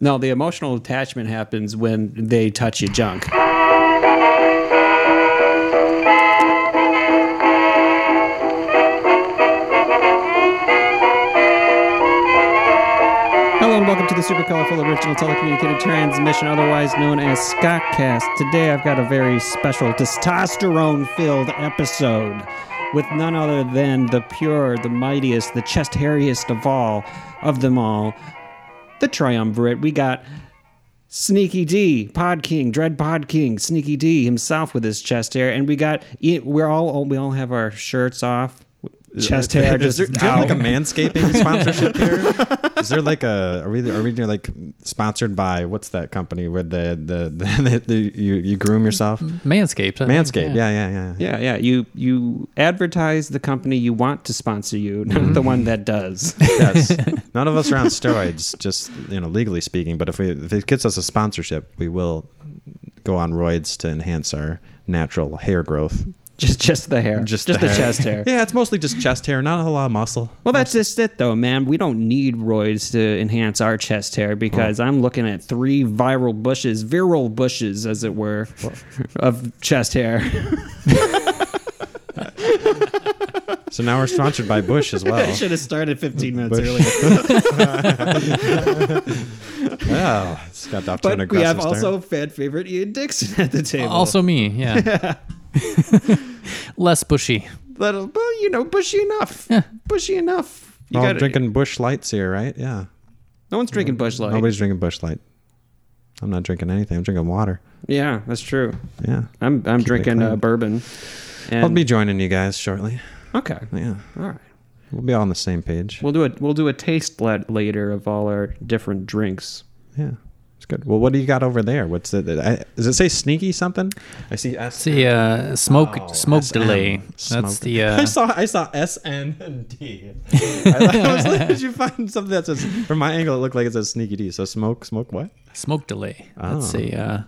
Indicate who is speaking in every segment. Speaker 1: No, the emotional attachment happens when they touch your junk. Hello and welcome to the super colorful original telecommunicated transmission, otherwise known as Scottcast. Today I've got a very special testosterone filled episode with none other than the pure, the mightiest, the chest hairiest of all of them all, the triumvirate. We got Sneaky D, Pod King, Dread Pod King, Sneaky D himself with his chest hair, and we got we're all we all have our shirts off, chest hair
Speaker 2: Is
Speaker 1: just
Speaker 2: there, do you have
Speaker 1: out.
Speaker 2: like a manscaping sponsorship here? Is there like a are we are we doing like sponsored by what's that company where the the, the, the, you you groom yourself?
Speaker 3: Mm-hmm. Manscaped. I think,
Speaker 2: Manscaped. Yeah, yeah, yeah.
Speaker 1: Yeah, yeah. You you advertise the company you want to sponsor you, not the one that does.
Speaker 2: Yes. None of us are on steroids, just you know, legally speaking. But if we if it gets us a sponsorship, we will go on roids to enhance our natural hair growth.
Speaker 1: just just the hair. Just, the,
Speaker 2: hair.
Speaker 1: chest hair.
Speaker 2: Yeah, it's mostly just chest hair, not a whole lot of muscle.
Speaker 1: Well, that's just it, though, man. We don't need roids to enhance our chest hair because I'm looking at three viral bushes, viral bushes, as it were, of chest hair.
Speaker 2: So now we're sponsored by Bush as well.
Speaker 1: have started 15 minutes
Speaker 2: Bush. Oh, it's got off to an
Speaker 1: But we have
Speaker 2: aggressive start.
Speaker 1: also fan favorite Ian Dixon at the table.
Speaker 3: Also me, yeah. Less bushy.
Speaker 1: little, well, you know, bushy enough. Bushy enough. You
Speaker 2: We're all
Speaker 1: gotta-
Speaker 2: drinking Bush Lights here, right? Yeah.
Speaker 1: No one's drinking Bush Light.
Speaker 2: Nobody's drinking Bush Light. I'm not drinking anything. I'm drinking water.
Speaker 1: Yeah, that's true.
Speaker 2: Yeah.
Speaker 1: I'm I'm drinking uh,
Speaker 2: clean.
Speaker 1: bourbon. And,
Speaker 2: I'll be joining you guys shortly.
Speaker 1: okay.
Speaker 2: Yeah.
Speaker 1: All right.
Speaker 2: We'll be all on the same page.
Speaker 1: We'll do it. We'll do a taste let later of all our different drinks.
Speaker 2: Yeah. It's good. Well, what do you got over there? What's it? I, does it say sneaky something? I see S.
Speaker 3: See, uh, smoke
Speaker 2: Oh,
Speaker 3: smoke
Speaker 2: SM.
Speaker 3: delay. That's
Speaker 2: Smoke.
Speaker 3: the
Speaker 2: I
Speaker 3: uh,
Speaker 2: saw I saw S N and D. I was like, did you find something that says from my angle it looked like it says sneaky D. So smoke, smoke what?
Speaker 3: smoke delay. That's
Speaker 2: Oh.
Speaker 3: a uh,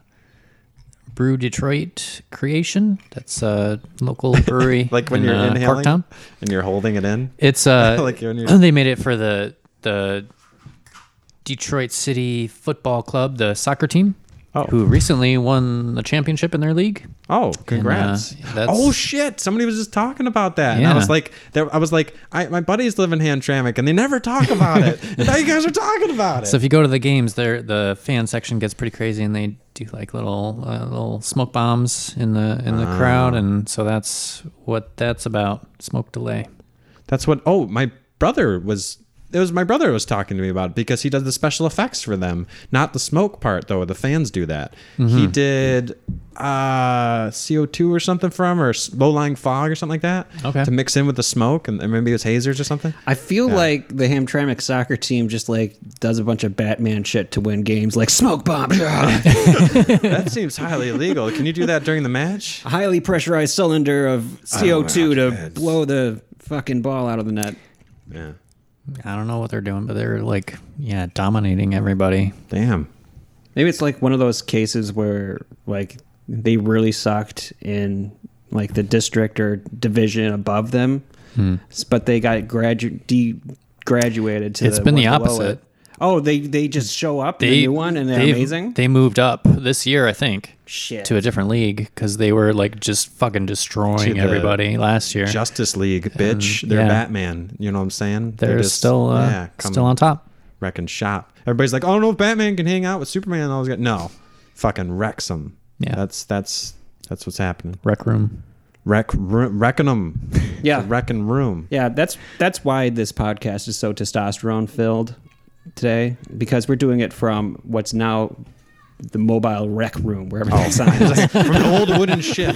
Speaker 3: Brew Detroit creation. That's a local brewery.
Speaker 2: Like when
Speaker 3: in,
Speaker 2: you're
Speaker 3: uh,
Speaker 2: inhaling
Speaker 3: Parktown.
Speaker 2: and you're holding it in.
Speaker 3: It's uh,
Speaker 2: Like when you're-
Speaker 3: they made it for the the Detroit City Football Club, the soccer team,
Speaker 2: Oh.
Speaker 3: who recently won the championship in their league.
Speaker 2: Oh, congrats!
Speaker 3: uh, that's-
Speaker 2: oh shit! Somebody was just talking about that, and I
Speaker 3: Yeah.
Speaker 2: was like, there, I was like, I, my buddies live in Hamtramck, and they never talk about it. and now you guys are talking about it.
Speaker 3: So if you go to the games, there the fan section gets pretty crazy, and they do like little uh, little smoke bombs in the in the crowd, and so that's what that's about. Smoke delay.
Speaker 2: That's what. Oh, my brother was. It was my brother was talking to me about it because he does the special effects for them, not the smoke part though. The fans do that.
Speaker 3: Mm-hmm.
Speaker 2: He did uh, CO two or something from or low lying fog or something like that.
Speaker 3: Okay.
Speaker 2: To mix in with the smoke and, and maybe it was hazers or something.
Speaker 1: I feel like the Hamtramck soccer team just like does a bunch of Batman shit to win games, like smoke bomb,
Speaker 2: that seems highly illegal. Can you do that during the match?
Speaker 1: highly pressurized cylinder of CO two
Speaker 2: Oh,
Speaker 1: to
Speaker 2: my God.
Speaker 1: blow the fucking ball out of the net.
Speaker 2: Yeah.
Speaker 3: I don't know what they're doing, but they're like yeah, dominating everybody.
Speaker 2: Damn.
Speaker 1: Maybe it's like one of those cases where like they really sucked in like the district or division above them,
Speaker 3: Hmm.
Speaker 1: s- but they got gradu- de- graduated to.
Speaker 3: It's
Speaker 1: the
Speaker 3: been
Speaker 1: one
Speaker 3: the
Speaker 1: below
Speaker 3: opposite.
Speaker 1: it. Oh, they they just show up in the new one and they're
Speaker 3: they've-
Speaker 1: amazing.
Speaker 3: They moved up this year, I think,
Speaker 1: Shit.
Speaker 3: to a different league because they were like just fucking destroying
Speaker 2: the
Speaker 3: everybody last year.
Speaker 2: Justice League, bitch. They're
Speaker 3: Uh, yeah.
Speaker 2: Batman. You know what I'm saying?
Speaker 3: they're still uh, still on top.
Speaker 2: wrecking shop. Everybody's like, oh no, Batman can hang out with Superman. And all this. guy." No, fucking wrecks them.
Speaker 3: Yeah.
Speaker 2: that's that's that's what's happening.
Speaker 3: Rec room.
Speaker 2: Wreck, ru- wrecking them.
Speaker 1: Yeah.
Speaker 2: wrecking room.
Speaker 1: Yeah, that's that's why this podcast is so testosterone filled today because we're doing it from what's now the mobile rec room where
Speaker 3: Oh.
Speaker 1: everything's signed.
Speaker 2: From an old wooden ship.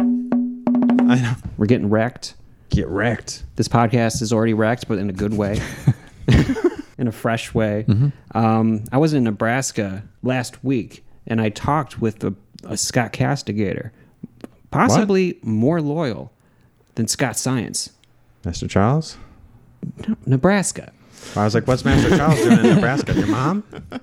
Speaker 2: I know.
Speaker 1: We're getting wrecked.
Speaker 2: Get wrecked.
Speaker 1: This podcast is already wrecked, but in a good way, in a fresh way. Um, I was in Nebraska last week, and I talked with a, a Scott Castigator, possibly more loyal than Scott Science,
Speaker 2: Master Charles.
Speaker 1: Nebraska.
Speaker 2: I was like, what's Master Charles doing in Nebraska? Your mom?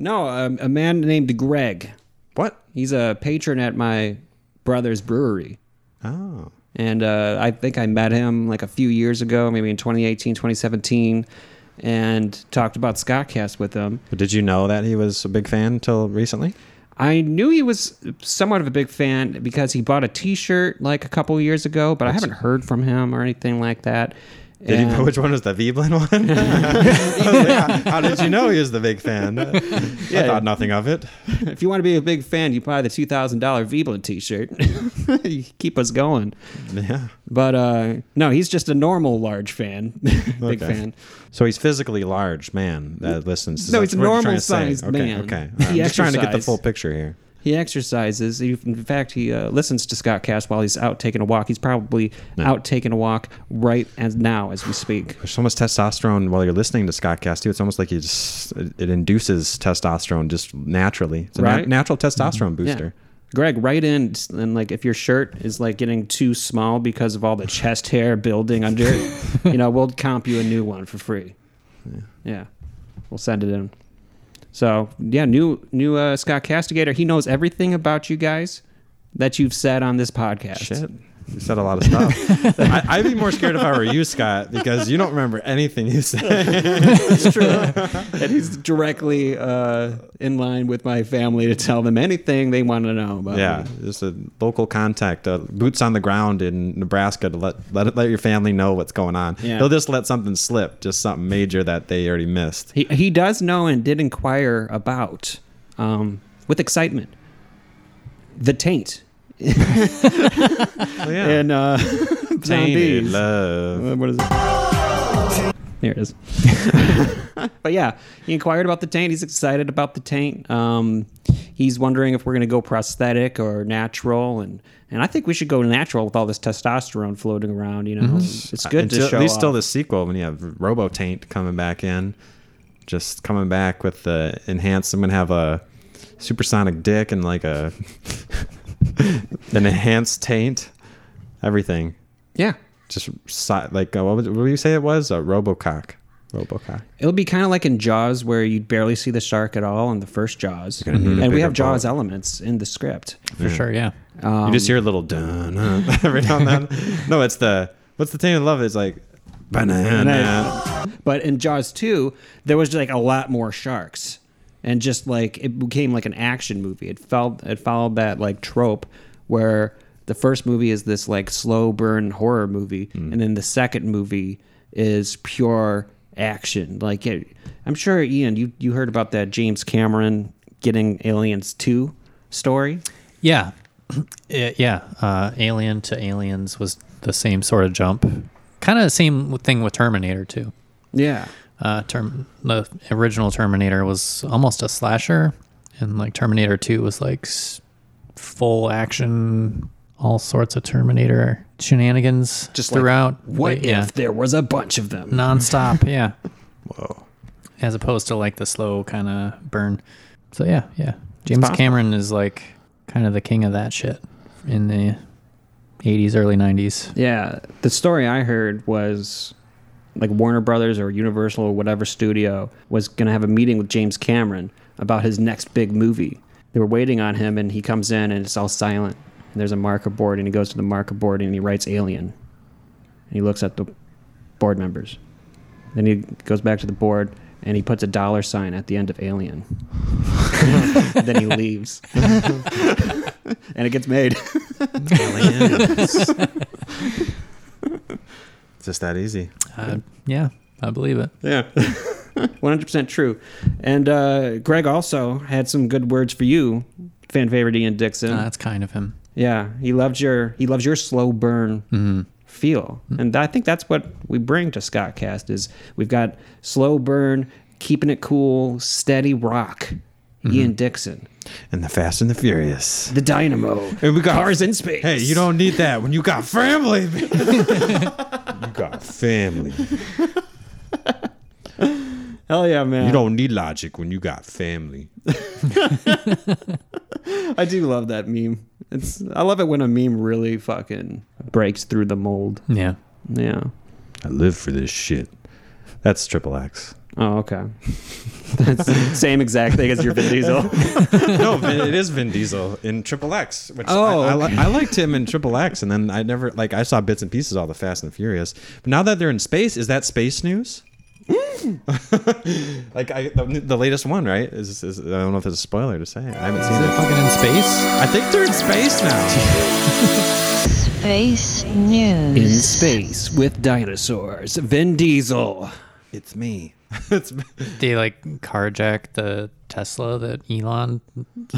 Speaker 1: No, um, a man named Greg.
Speaker 2: What?
Speaker 1: He's a patron at my brother's brewery.
Speaker 2: Oh.
Speaker 1: And uh, I think I met him like a few years ago, maybe in 2018, 2017. and talked about Scottcast with him.
Speaker 2: But did you know that he was a big fan until recently?
Speaker 1: I knew he was somewhat of a big fan because he bought a T-shirt like a couple years ago, but I haven't heard from him or anything like that.
Speaker 2: Did
Speaker 1: And-
Speaker 2: you know which one was the Veblen one? I was like, how, how did you know he was the big fan? I thought nothing of it.
Speaker 1: if you want to be a big fan, you buy the two thousand dollar Veblen T-shirt. you keep us going.
Speaker 2: Yeah.
Speaker 1: But uh, no, he's just a normal large fan, big
Speaker 2: Okay.
Speaker 1: fan.
Speaker 2: So he's physically large man that listens. Is
Speaker 1: No,
Speaker 2: that
Speaker 1: he's a
Speaker 2: what you're trying to
Speaker 1: normal-sized
Speaker 2: say? okay,
Speaker 1: man.
Speaker 2: Okay.
Speaker 1: He
Speaker 2: I'm just trying to get the
Speaker 1: exercised.
Speaker 2: full picture here.
Speaker 1: He exercises. He- In fact, he uh, listens to Scott Cast while he's out taking a walk. He's probably
Speaker 2: Yeah.
Speaker 1: out taking a walk right as now as we speak.
Speaker 2: There's so much testosterone while you're listening to Scott Cast too. It's almost like you just it induces testosterone just naturally. It's a nat-
Speaker 1: Right. Mm-hmm.
Speaker 2: natural testosterone booster.
Speaker 1: Yeah. Greg, right in, and like if your shirt is like getting too small because of all the chest hair building under it, you know, we'll comp you a new one for free. Yeah. We'll send it in. So, yeah, new new uh, Scott Castigator. He knows everything about you guys that you've said on this podcast.
Speaker 2: Shit. You said a lot of stuff. I, I'd be more scared if I were you, Scott, because you don't remember anything you said.
Speaker 1: It's true. and he's directly uh, in line with my family to tell them anything they want to know about.
Speaker 2: Yeah,
Speaker 1: me.
Speaker 2: just a local contact, uh, boots on the ground in Nebraska to let let it, let your family know what's going on.
Speaker 1: Yeah.
Speaker 2: They'll just let something slip, just something major that they already missed.
Speaker 1: He, he does know and did inquire about, um, with excitement, the taint
Speaker 2: Oh, yeah,
Speaker 1: and uh,
Speaker 2: Tainted
Speaker 1: zombies.
Speaker 2: love.
Speaker 1: Uh, What is it? Here it is. but yeah, he inquired about the taint. He's excited about the taint. Um, he's wondering if we're going to go prosthetic or natural, and and I think we should go natural with all this testosterone floating around. You know, it's good
Speaker 2: Until-
Speaker 1: to show.
Speaker 2: at least till
Speaker 1: off.
Speaker 2: the sequel when you have Robo Taint coming back in, just coming back with the enhanced. I'm gonna have a supersonic dick and like a an enhanced taint, everything.
Speaker 1: yeah,
Speaker 2: Just si- like uh, what, was, what did you say it was? A Robocock. Robocock.
Speaker 1: it'll be kind of like in Jaws where you barely see the shark at all in the first Jaws,
Speaker 2: gonna need a
Speaker 1: and we
Speaker 2: bigger
Speaker 1: have Jaws
Speaker 2: boat.
Speaker 1: elements in the script.
Speaker 3: for sure. Yeah.
Speaker 1: Um,
Speaker 2: You just hear a little dun uh, every now and then. no, it's the what's the thing I love? It's like banana.
Speaker 1: But in Jaws 2, there was like a lot more sharks. And just like it became like an action movie. It felt it followed that like trope where the first movie is this like slow burn horror movie and then the second movie is pure action. Like it, I'm sure Ian you you heard about that James Cameron getting Aliens 2 story.
Speaker 3: Yeah. Yeah. yeah. Uh, Alien to Aliens was the same sort of jump. Kind of the same thing with Terminator, too.
Speaker 1: Yeah.
Speaker 3: Uh, term the original Terminator was almost a slasher, and like Terminator Two was like s- full action, all sorts of Terminator shenanigans
Speaker 1: Just like,
Speaker 3: throughout.
Speaker 1: What
Speaker 3: Like, yeah,
Speaker 1: if there was a bunch of them?
Speaker 3: nonstop? yeah,
Speaker 2: Whoa.
Speaker 3: as opposed to like the slow kind of burn. So yeah, yeah. James
Speaker 1: possible.
Speaker 3: Cameron is like kind of the king of that shit in the '80s, early '90s.
Speaker 1: Yeah, the story I heard was like Warner Brothers or Universal or whatever studio was going to have a meeting with James Cameron about his next big movie. They were waiting on him, and he comes in and it's all silent. And there's a marker board, and he goes to the marker board and he writes Alien. And he looks at the board members. Then he goes back to the board and he puts a dollar sign at the end of Alien. then he leaves. and it gets made.
Speaker 2: Aliens. It's just that easy.
Speaker 3: Uh, yeah, I believe it.
Speaker 2: Yeah.
Speaker 1: 100% true. And uh, Greg also had some good words for you, fan favorite Ian Dixon.
Speaker 3: Uh, that's kind of him.
Speaker 1: yeah, he loves your he loves your slow burn feel. And I think that's what we bring to Scottcast is we've got slow burn, keeping it cool, steady rock. Ian Dixon,
Speaker 2: And the Fast and the Furious.
Speaker 1: the dynamo.
Speaker 2: And we got
Speaker 1: Cars in space.
Speaker 2: Hey, you don't need that when you got family. man. you got family.
Speaker 1: Hell yeah, man.
Speaker 2: You don't need logic when you got family.
Speaker 1: I do love that meme. It's I love it when a meme really fucking breaks through the mold.
Speaker 3: Yeah.
Speaker 1: Yeah.
Speaker 2: I live for this shit. That's triple X.
Speaker 1: Oh, okay. That's the same exact thing as your Vin Diesel.
Speaker 2: no, Vin, it is Vin Diesel in Triple X. Which
Speaker 1: Oh,
Speaker 2: I, I, li- I liked him in Triple X, and then I never like I saw bits and pieces of all the Fast and the Furious. But now that they're in space, is that space news? like I, the, the latest one, right? Is, is I don't know if it's a spoiler to say. I haven't
Speaker 3: Is
Speaker 2: seen
Speaker 3: it
Speaker 2: it.
Speaker 3: fucking in space?
Speaker 2: I think they're in space now.
Speaker 4: Space News.
Speaker 1: In space with dinosaurs, Vin Diesel.
Speaker 2: it's me. it's me.
Speaker 3: They like carjack the Tesla that Elon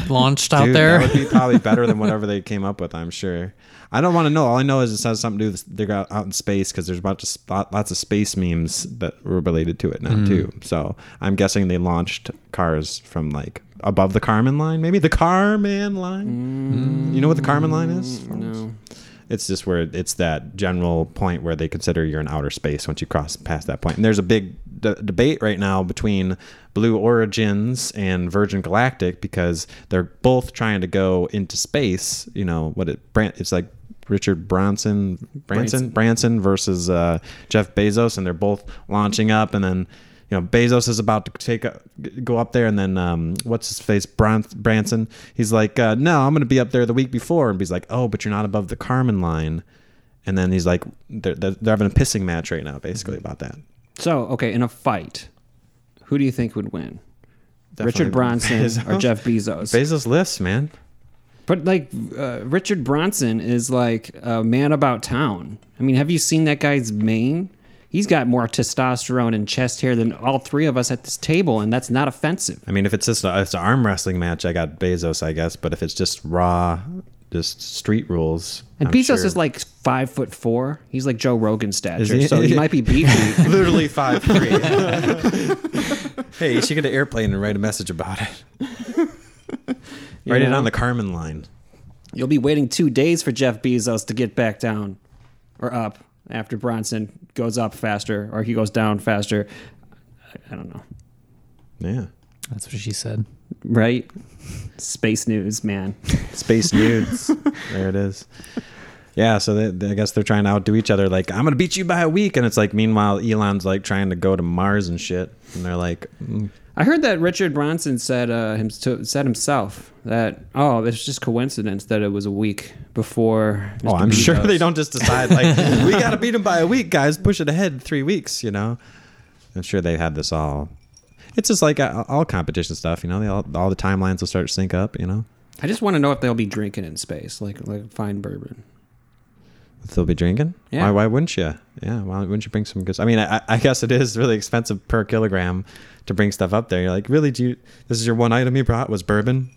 Speaker 3: launched out
Speaker 2: Dude,
Speaker 3: there.
Speaker 2: That would be probably better than whatever they came up with. I'm sure. I don't want to know. All I know is it has something to do with they're out out in space because there's about to spot lots of space memes that were related to it now
Speaker 3: Mm-hmm.
Speaker 2: too. So I'm guessing they launched cars from like above the Carmen line, maybe the Carman line. You know what the Carmen line is?
Speaker 1: No.
Speaker 2: It's just where it's that general point where they consider you're in outer space once you cross past that point. And there's a big d- debate right now between Blue Origins and Virgin Galactic because they're both trying to go into space. You know what it? Bran- It's like Richard Branson, Branson, Branson, versus uh, Jeff Bezos, and they're both launching up, and then. You know, Bezos is about to take a, go up there, and then um, what's his face, Bran- Branson? He's like, uh, "No, I'm going to be up there the week before," and he's like, "Oh, but you're not above the Carmen line." And then he's like, "They're they're, they're having a pissing match right now, basically
Speaker 1: Mm-hmm.
Speaker 2: about that."
Speaker 1: So, okay, in a fight, who do you think would win? Richard
Speaker 2: Definitely
Speaker 1: Bronson or
Speaker 2: Bezos.
Speaker 1: Jeff Bezos?
Speaker 2: Bezos lifts, man.
Speaker 1: But like uh, Richard Bronson is like a man about town. I mean, have you seen that guy's mane? He's got more testosterone and chest hair than all three of us at this table, and that's not offensive.
Speaker 2: I mean, if it's just a, it's an arm wrestling match, I got Bezos, I guess. But if it's just raw, just street rules,
Speaker 1: And
Speaker 2: I'm
Speaker 1: Bezos
Speaker 2: sure-
Speaker 1: is like five foot four. He's like Joe Rogan stature,
Speaker 2: he?
Speaker 1: so he might be beefy.
Speaker 2: literally five three. hey, you should get an airplane and write a message about it. write it
Speaker 1: know?
Speaker 2: on the Carmen line.
Speaker 1: You'll be waiting two days for Jeff Bezos to get back down or up after Bronson goes up faster or he goes down faster. I- I don't know.
Speaker 2: Yeah,
Speaker 3: That's what she said.
Speaker 1: Right? Space news, man.
Speaker 2: space nudes. there it is. Yeah, so they, they- I guess they're trying to outdo each other. Like, I'm gonna beat you by a week, and it's like, meanwhile, Elon's like trying to go to Mars and shit, and they're like, mm,
Speaker 1: I heard that Richard Bronson said uh, him, said himself that oh it's just coincidence that it was a week before.
Speaker 2: "Oh,
Speaker 1: Mr.
Speaker 2: I'm sure
Speaker 1: Bezos."
Speaker 2: they don't just decide like we gotta beat him by a week, guys. Push it ahead three weeks, you know." I'm sure they had this all. It's just like uh, all competition stuff, you know. They all, all the timelines will start to sync up, you know.
Speaker 1: I just want to know if they'll be drinking in space, like like fine bourbon.
Speaker 2: They'll be drinking.
Speaker 1: Yeah.
Speaker 2: Why? Why wouldn't you? Yeah. Why wouldn't you bring some good? I mean, I, I guess it is really expensive per kilogram to bring stuff up there. You're like, really? Do you? This is your one item you brought was bourbon.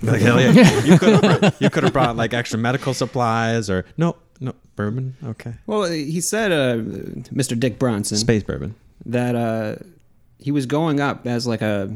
Speaker 2: You're like, hell yeah! you could have brought, you could have brought like extra medical supplies or no, no bourbon. Okay,
Speaker 1: Well, he said, uh, Mr. Dick Bronson,
Speaker 2: space bourbon.
Speaker 1: that uh, he was going up as like a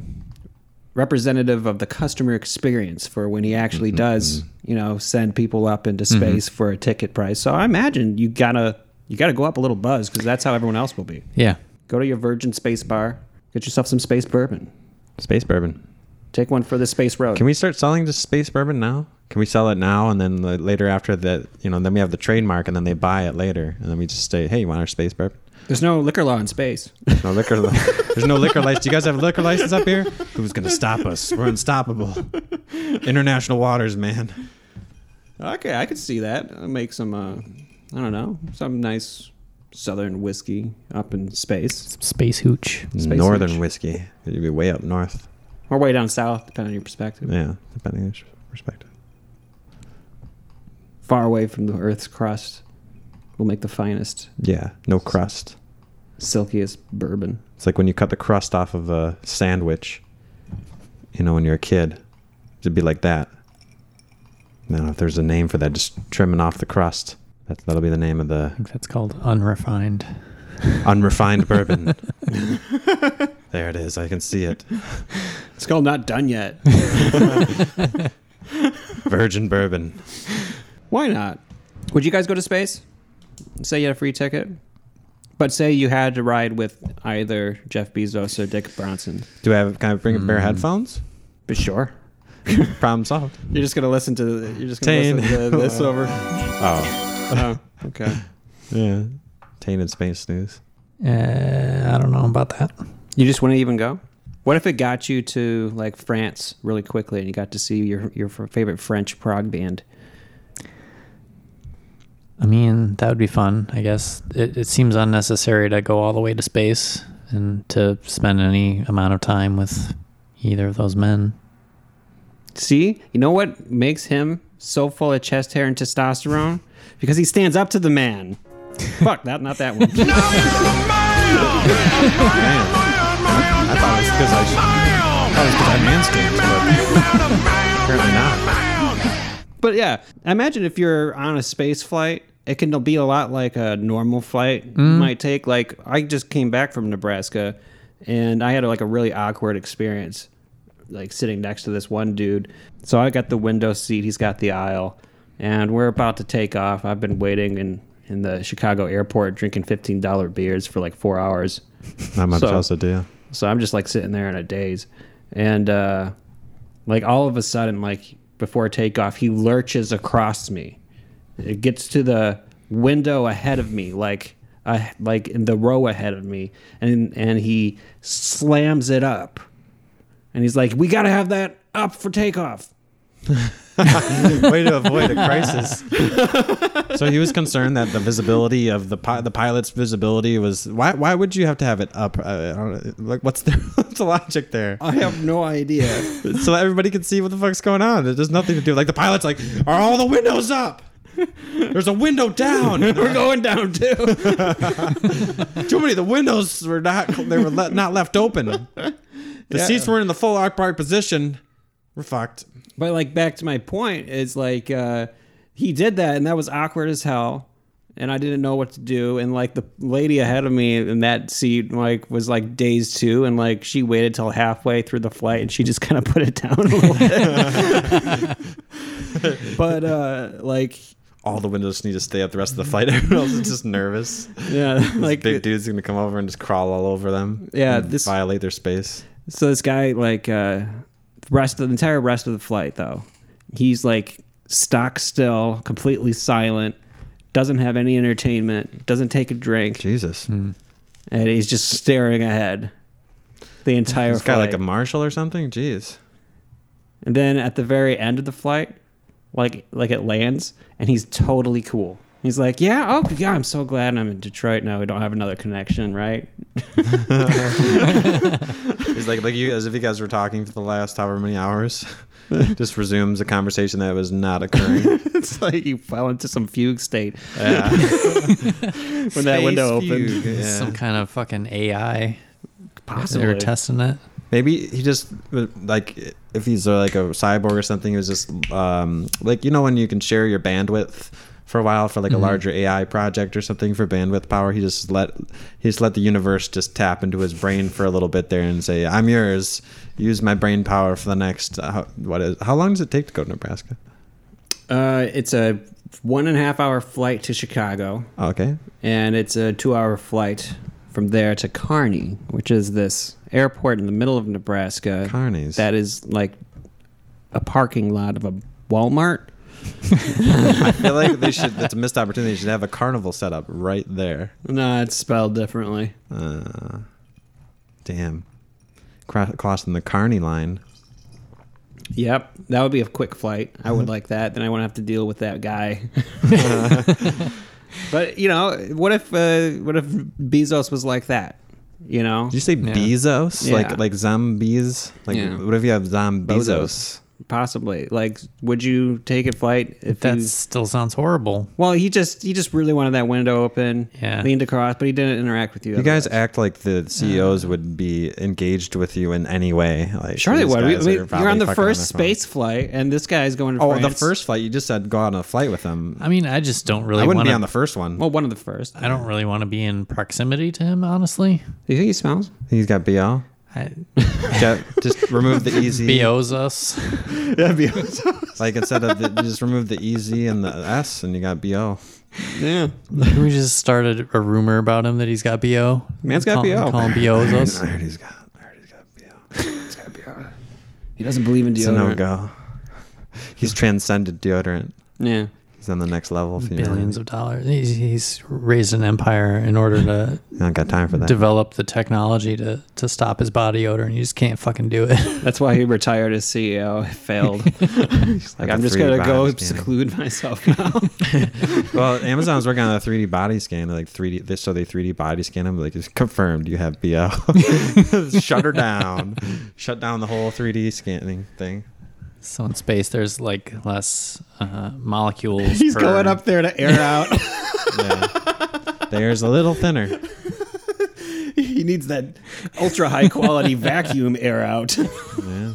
Speaker 1: representative of the customer experience for when he actually does, you know, send people up into space for a ticket price. So I imagine you gotta you gotta go up a little buzz because that's how everyone else will be.
Speaker 3: Yeah.
Speaker 1: Go to your Virgin Space Bar, get yourself some space bourbon.
Speaker 2: Space bourbon.
Speaker 1: Take one for the space road.
Speaker 2: Can we start selling just space bourbon now? Can we sell it now and then like, later after that? You know, then we have the trademark and then they buy it later and then we just say, hey, you want our space bourbon?
Speaker 1: There's no liquor law in space.
Speaker 2: No liquor. li- There's no liquor license. Do you guys have a liquor license up here? Who's gonna stop us? We're unstoppable. International waters, man.
Speaker 1: okay, I could see that. I'll make some, uh, I don't know, some nice southern whiskey up in space
Speaker 3: Some space hooch.
Speaker 1: Space
Speaker 2: Northern
Speaker 1: age.
Speaker 2: whiskey. You'd be way up north.
Speaker 1: or way down south, depending on your perspective.
Speaker 2: Yeah, depending on your perspective.
Speaker 1: Far away from the Earth's crust, we'll make the finest,
Speaker 2: Yeah, no crust.
Speaker 1: silkiest bourbon.
Speaker 2: It's like when you cut the crust off of a sandwich. You know, when you're a kid, it'd be like that. Now, if there's a name for that, just trimming off the crust. That, that'll be the name of the
Speaker 3: I think that's called unrefined.
Speaker 2: unrefined bourbon. there it is. I can see it.
Speaker 1: It's called not done yet.
Speaker 2: Virgin bourbon.
Speaker 1: Why not? Would you guys go to space? Say you had a free ticket, but say you had to ride with either Jeff Bezos or Dick Bronson.
Speaker 2: Do I have can I bring a pair of headphones?
Speaker 1: But sure.
Speaker 2: Problem solved.
Speaker 1: You're just gonna listen to the, you're just
Speaker 2: Tane.
Speaker 1: gonna listen to this over.
Speaker 2: Oh.
Speaker 1: Oh, okay.
Speaker 2: Yeah. Tainted space news.
Speaker 3: Uh, I don't know about that.
Speaker 1: You just wouldn't even go. What if it got you to like France really quickly and you got to see your your f- favorite French prog band?
Speaker 3: I mean, that would be fun, I guess. It, it seems unnecessary to go all the way to space and to spend any amount of time with either of those men.
Speaker 1: See, you know what makes him so full of chest hair and testosterone? Because he stands up to the man. Fuck that, not that one.
Speaker 2: I thought it was because I, I thought it was 'cause I manscaped, but apparently not.
Speaker 1: But yeah, imagine if you're on a space flight, it can be a lot like a normal flight might take. Like I just came back from Nebraska, and I had like a really awkward experience, like sitting next to this one dude. So I got the window seat, he's got the aisle, and we're about to take off. I've been waiting in in the Chicago airport drinking fifteen dollar beers for like four hours.
Speaker 2: Not much
Speaker 1: So-
Speaker 2: else to do.
Speaker 1: So I'm just like sitting there in a daze. And uh like all of a sudden, like before takeoff, he lurches across me. It gets to the window ahead of me, like uh, like in the row ahead of me, and and he slams it up. And he's like, "We got to have that up for takeoff."
Speaker 2: Way to avoid a crisis. so he was concerned that the visibility of the pi- the pilot's visibility was why why would you have to have it up? Uh, I don't know. Like what's the what's the logic there?
Speaker 1: I have no idea.
Speaker 2: So that everybody can see what the fuck's going on. There's nothing to do. Like the pilot's like, are all the windows up? There's a window down. And they're
Speaker 1: We're going down too.
Speaker 2: like, Too many. The windows were not. They were le- not left open. The seats were in the full upright position. We're fucked.
Speaker 1: But like back to my point is like uh, he did that and that was awkward as hell, and I didn't know what to do. And like the lady ahead of me in that seat like was like dazed too, and like she waited till halfway through the flight and she just kind of put it down a little bit. but uh, like
Speaker 2: All the windows need to stay up the rest of the flight. Everyone else is just nervous.
Speaker 1: yeah, like
Speaker 2: Like big dude's gonna come over and just crawl all over them.
Speaker 1: Yeah,
Speaker 2: and
Speaker 1: this-
Speaker 2: violate their space.
Speaker 1: So this guy, like, uh, rest of the entire rest of the flight, though, he's like stock still, completely silent, doesn't have any entertainment, doesn't take a drink,
Speaker 2: Jesus,
Speaker 1: Hmm. and he's just staring ahead the entire
Speaker 2: this guy
Speaker 1: flight.
Speaker 2: like a marshal or something. Jeez,
Speaker 1: and then at the very end of the flight, like, like it lands, and he's totally cool. He's like, yeah, oh yeah, I'm so glad I'm in Detroit now. We don't have another connection, right?
Speaker 2: he's like like you as if you guys were talking for the last however many hours. just resumes a conversation that was not occurring.
Speaker 1: it's like he fell into some fugue state
Speaker 2: Yeah.
Speaker 1: when that window opened.
Speaker 3: Some kind of fucking AI.
Speaker 1: Possibly.
Speaker 3: They were testing it.
Speaker 2: Maybe he just like if he's uh, like a cyborg or something. He was just um, like you know when you can share your bandwidth for a while for like a larger AI project or something for bandwidth power. He just let he just let the universe just tap into his brain for a little bit there and say, "I'm yours. Use my brain power for the next uh, how, what is how long does it take to go to Nebraska?
Speaker 1: Uh, it's a one and a half hour flight to Chicago,
Speaker 2: Okay,
Speaker 1: and it's a two hour flight from there to Kearney, which is this airport in the middle of Nebraska.
Speaker 2: Kearney's.
Speaker 1: That is like a parking lot of a Walmart.
Speaker 2: I feel like they should. That's a missed opportunity. They should have a carnival set up right there.
Speaker 1: No, it's spelled differently.
Speaker 2: Uh, damn, Cro- crossing the Carney line.
Speaker 1: Yep, that would be a quick flight. I would like that. Then I wouldn't have to deal with that guy. but you know, what if uh, what if Bezos was like that? You know,
Speaker 2: Did you say
Speaker 3: Yeah.
Speaker 2: Bezos?
Speaker 1: Yeah.
Speaker 2: Like like zombies? Like
Speaker 1: Yeah.
Speaker 2: what if you have
Speaker 1: Bozos.
Speaker 2: zombizos?
Speaker 1: possibly. Like, would you take a flight if
Speaker 3: That
Speaker 2: Hmm.
Speaker 1: you-
Speaker 3: still sounds horrible.
Speaker 1: Well, he just he just really wanted that window open.
Speaker 3: Yeah.
Speaker 1: Leaned across, but he didn't interact with you.
Speaker 2: You guys act like the CEOs would be engaged with you in any way. Like
Speaker 1: Sure they
Speaker 2: these
Speaker 1: would. We,
Speaker 2: guys
Speaker 1: we-
Speaker 2: are
Speaker 1: you're
Speaker 2: probably
Speaker 1: on the
Speaker 2: fucking on
Speaker 1: first
Speaker 2: their phone.
Speaker 1: space flight, and this guy's going to
Speaker 2: Oh,
Speaker 1: France.
Speaker 2: the first flight. You just said go on a flight with them.
Speaker 3: I mean, I just don't really
Speaker 2: I
Speaker 3: want
Speaker 2: wouldn't be
Speaker 3: to.
Speaker 2: on the first one.
Speaker 1: Well, one of the first.
Speaker 3: I don't really want to be in proximity to him, honestly.
Speaker 1: Do you think he smells?
Speaker 2: He's got BL.
Speaker 3: I,
Speaker 2: Get- just remove the E easy.
Speaker 3: BOs us.
Speaker 1: Yeah,
Speaker 2: Like instead of the, you just remove the easy and the S, and you got BL.
Speaker 1: yeah.
Speaker 3: we just started a rumor about him that he's got BO.
Speaker 1: Man's got
Speaker 3: Call-
Speaker 1: BO.
Speaker 3: Call him BOs us.
Speaker 2: I heard he's got. I heard he's got BL.
Speaker 1: He doesn't believe in
Speaker 2: It's a no
Speaker 1: deodorant.
Speaker 2: go. He's transcended deodorant.
Speaker 1: yeah.
Speaker 2: He's on the next level. if you know what I
Speaker 3: billions
Speaker 2: mean.
Speaker 3: of dollars. He's, he's raised an empire in order to
Speaker 2: I don't got time for that.
Speaker 3: develop the technology to to stop his body odor, and you just can't fucking do it.
Speaker 5: That's why he retired as
Speaker 1: E
Speaker 5: CEO. It failed. He's like,
Speaker 2: Like
Speaker 5: I'm
Speaker 2: the
Speaker 5: just gonna
Speaker 2: 3D
Speaker 5: go
Speaker 2: body scanning.
Speaker 5: seclude myself now.
Speaker 2: well, Amazon's working on a 3D body scan, like 3D. They, so they 3D body scan him. Like it's confirmed you have BO. Shut her down. Shut down the whole 3D scanning thing.
Speaker 3: so in space, there's like less uh, molecules.
Speaker 1: He's
Speaker 3: per-
Speaker 1: going up there to air out.
Speaker 2: Yeah. There's a little thinner.
Speaker 1: he needs that ultra high quality vacuum air out.
Speaker 2: Yeah.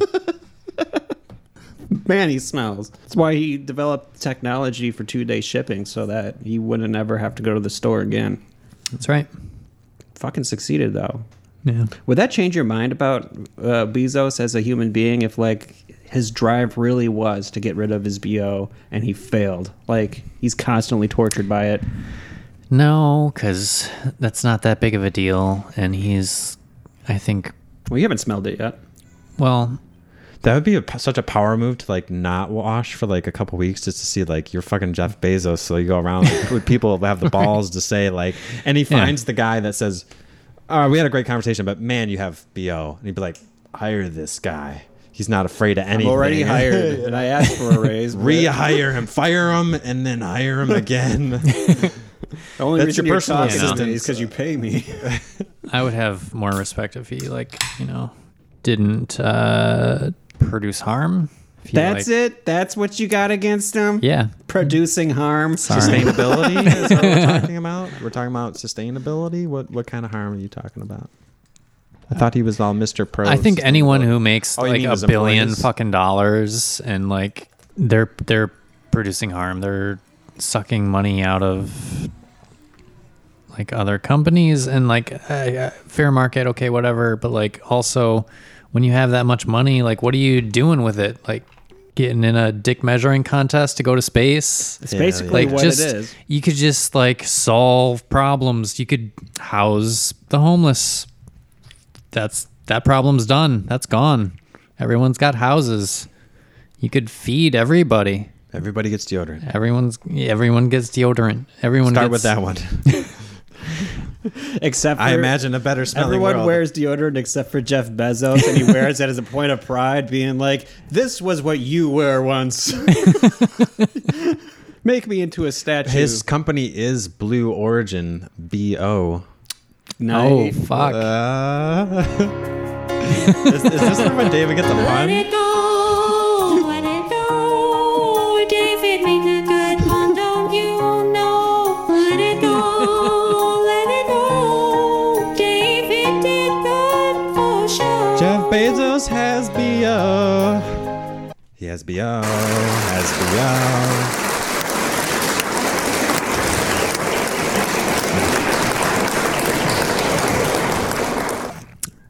Speaker 1: Man, he smells. That's why he developed technology for two day shipping so that he wouldn't ever have to go to the store again.
Speaker 3: That's right.
Speaker 1: Fucking succeeded though.
Speaker 3: Yeah.
Speaker 1: Would that change your mind about uh, Bezos as a human being if, like, his drive really was to get rid of his BO and he failed? Like, he's constantly tortured by it.
Speaker 3: No, because that's not that big of a deal, and he's, I think,
Speaker 1: Well, you haven't smelled it yet.
Speaker 3: well,
Speaker 2: That would be a, such a power move to like not wash for like a couple weeks just to see like you're fucking Jeff Bezos. So you go around like, with people that have the balls to say like, and he
Speaker 3: Yeah.
Speaker 2: finds the guy that says, "Uh, "We had a great conversation, but man, you have bo." And he'd be like, "Hire this guy. He's not afraid of anything.
Speaker 1: Already hired, and I asked for a raise. but
Speaker 2: Rehire him, fire him, and then hire him again."
Speaker 1: The only
Speaker 2: That's
Speaker 1: reason
Speaker 2: your
Speaker 1: you're
Speaker 2: personal
Speaker 1: talking to
Speaker 2: assistant.
Speaker 1: me is because you pay me.
Speaker 3: I would have more respect if he like you know didn't uh, produce harm. If he,
Speaker 1: That's
Speaker 3: like-
Speaker 1: it. That's what you got against him.
Speaker 3: Yeah.
Speaker 1: Producing harm.
Speaker 3: Sorry.
Speaker 2: sustainability is what we're talking about. We're talking about sustainability. What what kind of harm are you talking about? I thought he was all Mr. Pro.
Speaker 3: I think anyone who makes
Speaker 2: Oh, you
Speaker 3: like
Speaker 2: mean
Speaker 3: a
Speaker 2: his
Speaker 3: billion
Speaker 2: employees?
Speaker 3: fucking dollars and like they're they're producing harm. They're sucking money out of like other companies and like uh, uh, fair market, okay, whatever. But like also, when you have that much money, like what are you doing with it? Like getting in a dick measuring contest to go to space?
Speaker 1: It's
Speaker 2: Yeah,
Speaker 1: basically
Speaker 3: like
Speaker 1: what
Speaker 3: just
Speaker 1: it is.
Speaker 3: you could just like solve problems you could house the homeless that's that problem's done that's gone everyone's got houses you could feed everybody
Speaker 2: everybody gets deodorant.
Speaker 3: everyone's everyone gets deodorant everyone
Speaker 2: Start with
Speaker 3: gets,
Speaker 2: that one.
Speaker 1: Except for
Speaker 2: I imagine a better smelling
Speaker 1: Everyone
Speaker 2: world.
Speaker 1: wears deodorant except for Jeff Bezos, and he wears that as a point of pride, being like, "This was what you were once." Make me into a statue.
Speaker 2: his company is Blue Origin B O.
Speaker 3: oh
Speaker 1: Knife.
Speaker 2: Oh.
Speaker 3: fuck
Speaker 2: Uh, is, is this where when David gets a
Speaker 6: Let
Speaker 2: pun?
Speaker 6: it go, let it go. David made a good pun, don't you know? Let it go, let it go. David did good for sure.
Speaker 2: Jeff Bezos has uh, BO. He has BO. Has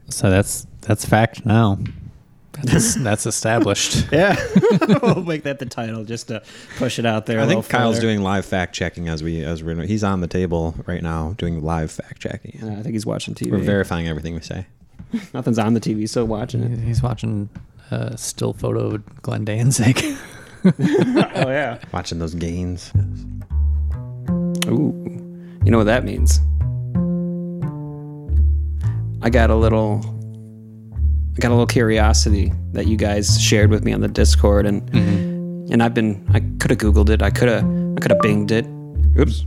Speaker 3: so that's that's fact now that's, that's established
Speaker 1: Yeah, we'll make that the title just to push it out there.
Speaker 2: BO.
Speaker 1: a
Speaker 2: I
Speaker 1: little
Speaker 2: think Kyle's
Speaker 1: further.
Speaker 2: doing live fact checking as we as we're he's on the table right now doing live fact checking.
Speaker 1: Uh, I think he's watching TV.
Speaker 2: We're verifying everything we say.
Speaker 1: Nothing's on the TV, so watching it.
Speaker 3: he's watching uh, still photo of glenn danzig
Speaker 1: oh yeah.
Speaker 2: Watching those gains.
Speaker 5: Ooh, you know what that means? I got a little, I got a little curiosity that you guys shared with me on the Discord, and and I've been, I could have googled it, I could have, I could have binged it, oops,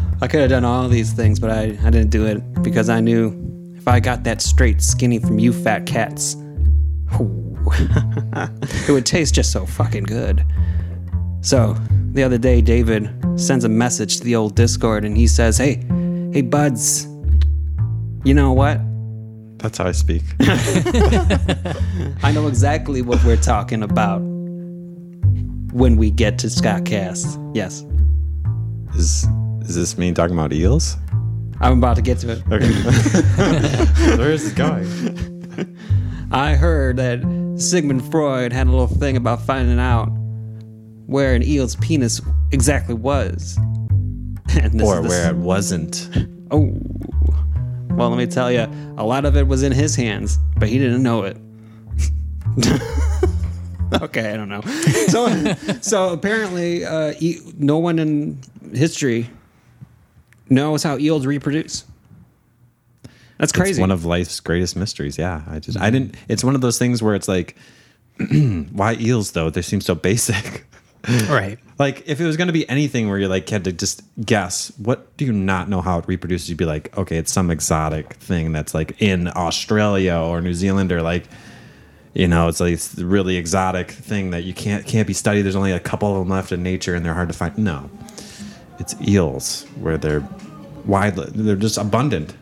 Speaker 5: I could have done all these things, but I I didn't do it because I knew if I got that straight skinny from you fat cats, ooh, it would taste just so fucking good. So the other day, David sends a message to the old Discord and he says, Hey, hey, buds, you know what?
Speaker 2: That's how I speak.
Speaker 5: I know exactly what we're talking about when we get to Scottcast. Yes,
Speaker 2: Is is this me talking about eels?
Speaker 5: I'm about to get to it.
Speaker 2: Okay. Where is this going?
Speaker 5: I heard that Sigmund Freud had a little thing about finding out where an eel's penis exactly was. And this
Speaker 2: Or
Speaker 5: is the-
Speaker 2: where it wasn't.
Speaker 5: Oh. Well, let me tell you, a lot of it was in his hands, but he didn't know it.
Speaker 1: okay, I don't know.
Speaker 2: So,
Speaker 1: So apparently, uh, e- no one in history knows how eels reproduce. That's crazy.
Speaker 2: It's one of life's greatest mysteries. Yeah, I just I didn't. It's one of those things where it's like, why eels though? They seem so basic.
Speaker 3: right.
Speaker 2: Like if it was going to be anything where you like had to just guess, what do you not know how it reproduces? You'd be like, okay, it's some exotic thing that's like in Australia or New Zealand or like, you know, it's like it's a really exotic thing that you can't can't be studied. There's only a couple of them left in nature, and they're hard to find. No, it's eels where they're widely they're just abundant.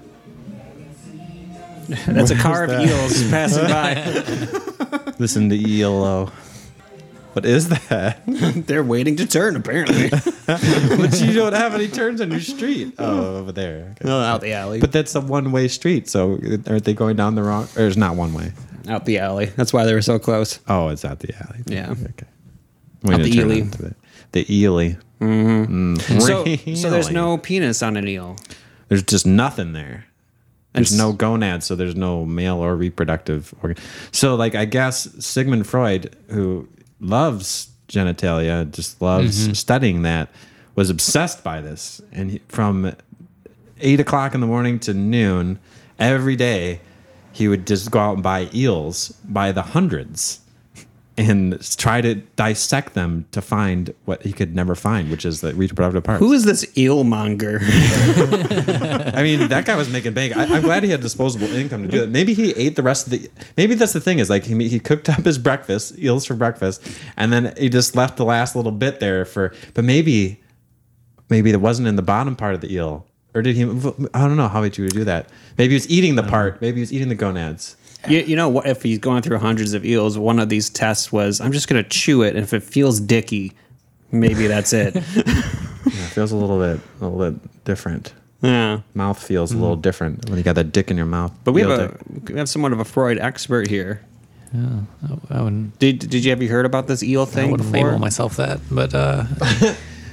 Speaker 1: That's a car of eels passing by.
Speaker 2: Listen to E ELO. What is that?
Speaker 1: They're waiting to turn, apparently.
Speaker 2: but you don't have any turns on your street. Oh, over there. Okay.
Speaker 1: out the alley.
Speaker 2: But that's a one-way street, so aren't they going down the wrong? Or it's not one way.
Speaker 1: out the alley. That's why they were so close.
Speaker 2: Oh, it's out the alley.
Speaker 1: Yeah.
Speaker 2: Okay. We
Speaker 1: Out
Speaker 2: need to
Speaker 1: the
Speaker 2: turn
Speaker 1: Ely.
Speaker 2: onto The, the Ely. Mm-hmm.
Speaker 1: So, so there's no penis on an eel.
Speaker 2: There's just nothing there.
Speaker 1: And
Speaker 2: There's
Speaker 1: s-
Speaker 2: no gonads, so there's no male or reproductive organ. So, like, I guess Sigmund Freud, who loves genitalia, just loves
Speaker 1: Mm-hmm.
Speaker 2: studying that, was obsessed by this. And he, from eight o'clock in the morning to noon, every day, he would just go out and buy eels by the hundreds and s- try to dissect them to find what he could never find, which is the reproductive parts.
Speaker 1: Who is this eel monger?
Speaker 2: I mean, that guy was making bank. I, I'm glad he had disposable income to do that. Maybe he ate the rest of the. Maybe that's the thing is like he he cooked up his breakfast eels for breakfast, and then he just left the last little bit there for. But maybe, maybe it wasn't in the bottom part of the eel, or did he? I don't know how he would do that. Maybe he was eating the part. Maybe he was eating the gonads.
Speaker 1: you, you know what? If he's going through hundreds of eels, one of these tests was I'm just going to chew it, and if it feels dicky, maybe that's it.
Speaker 2: Yeah, it feels a little bit a little bit different.
Speaker 1: yeah.
Speaker 2: Mouth feels a little different when you got that dick in your mouth.
Speaker 1: But we have,
Speaker 2: Eel
Speaker 1: a,
Speaker 2: dick.
Speaker 1: we have somewhat of a Freud expert here.
Speaker 3: I wouldn't
Speaker 1: Did, did you have you heard about this eel
Speaker 3: I
Speaker 1: thing
Speaker 3: would label
Speaker 1: before?
Speaker 3: myself that, but uh,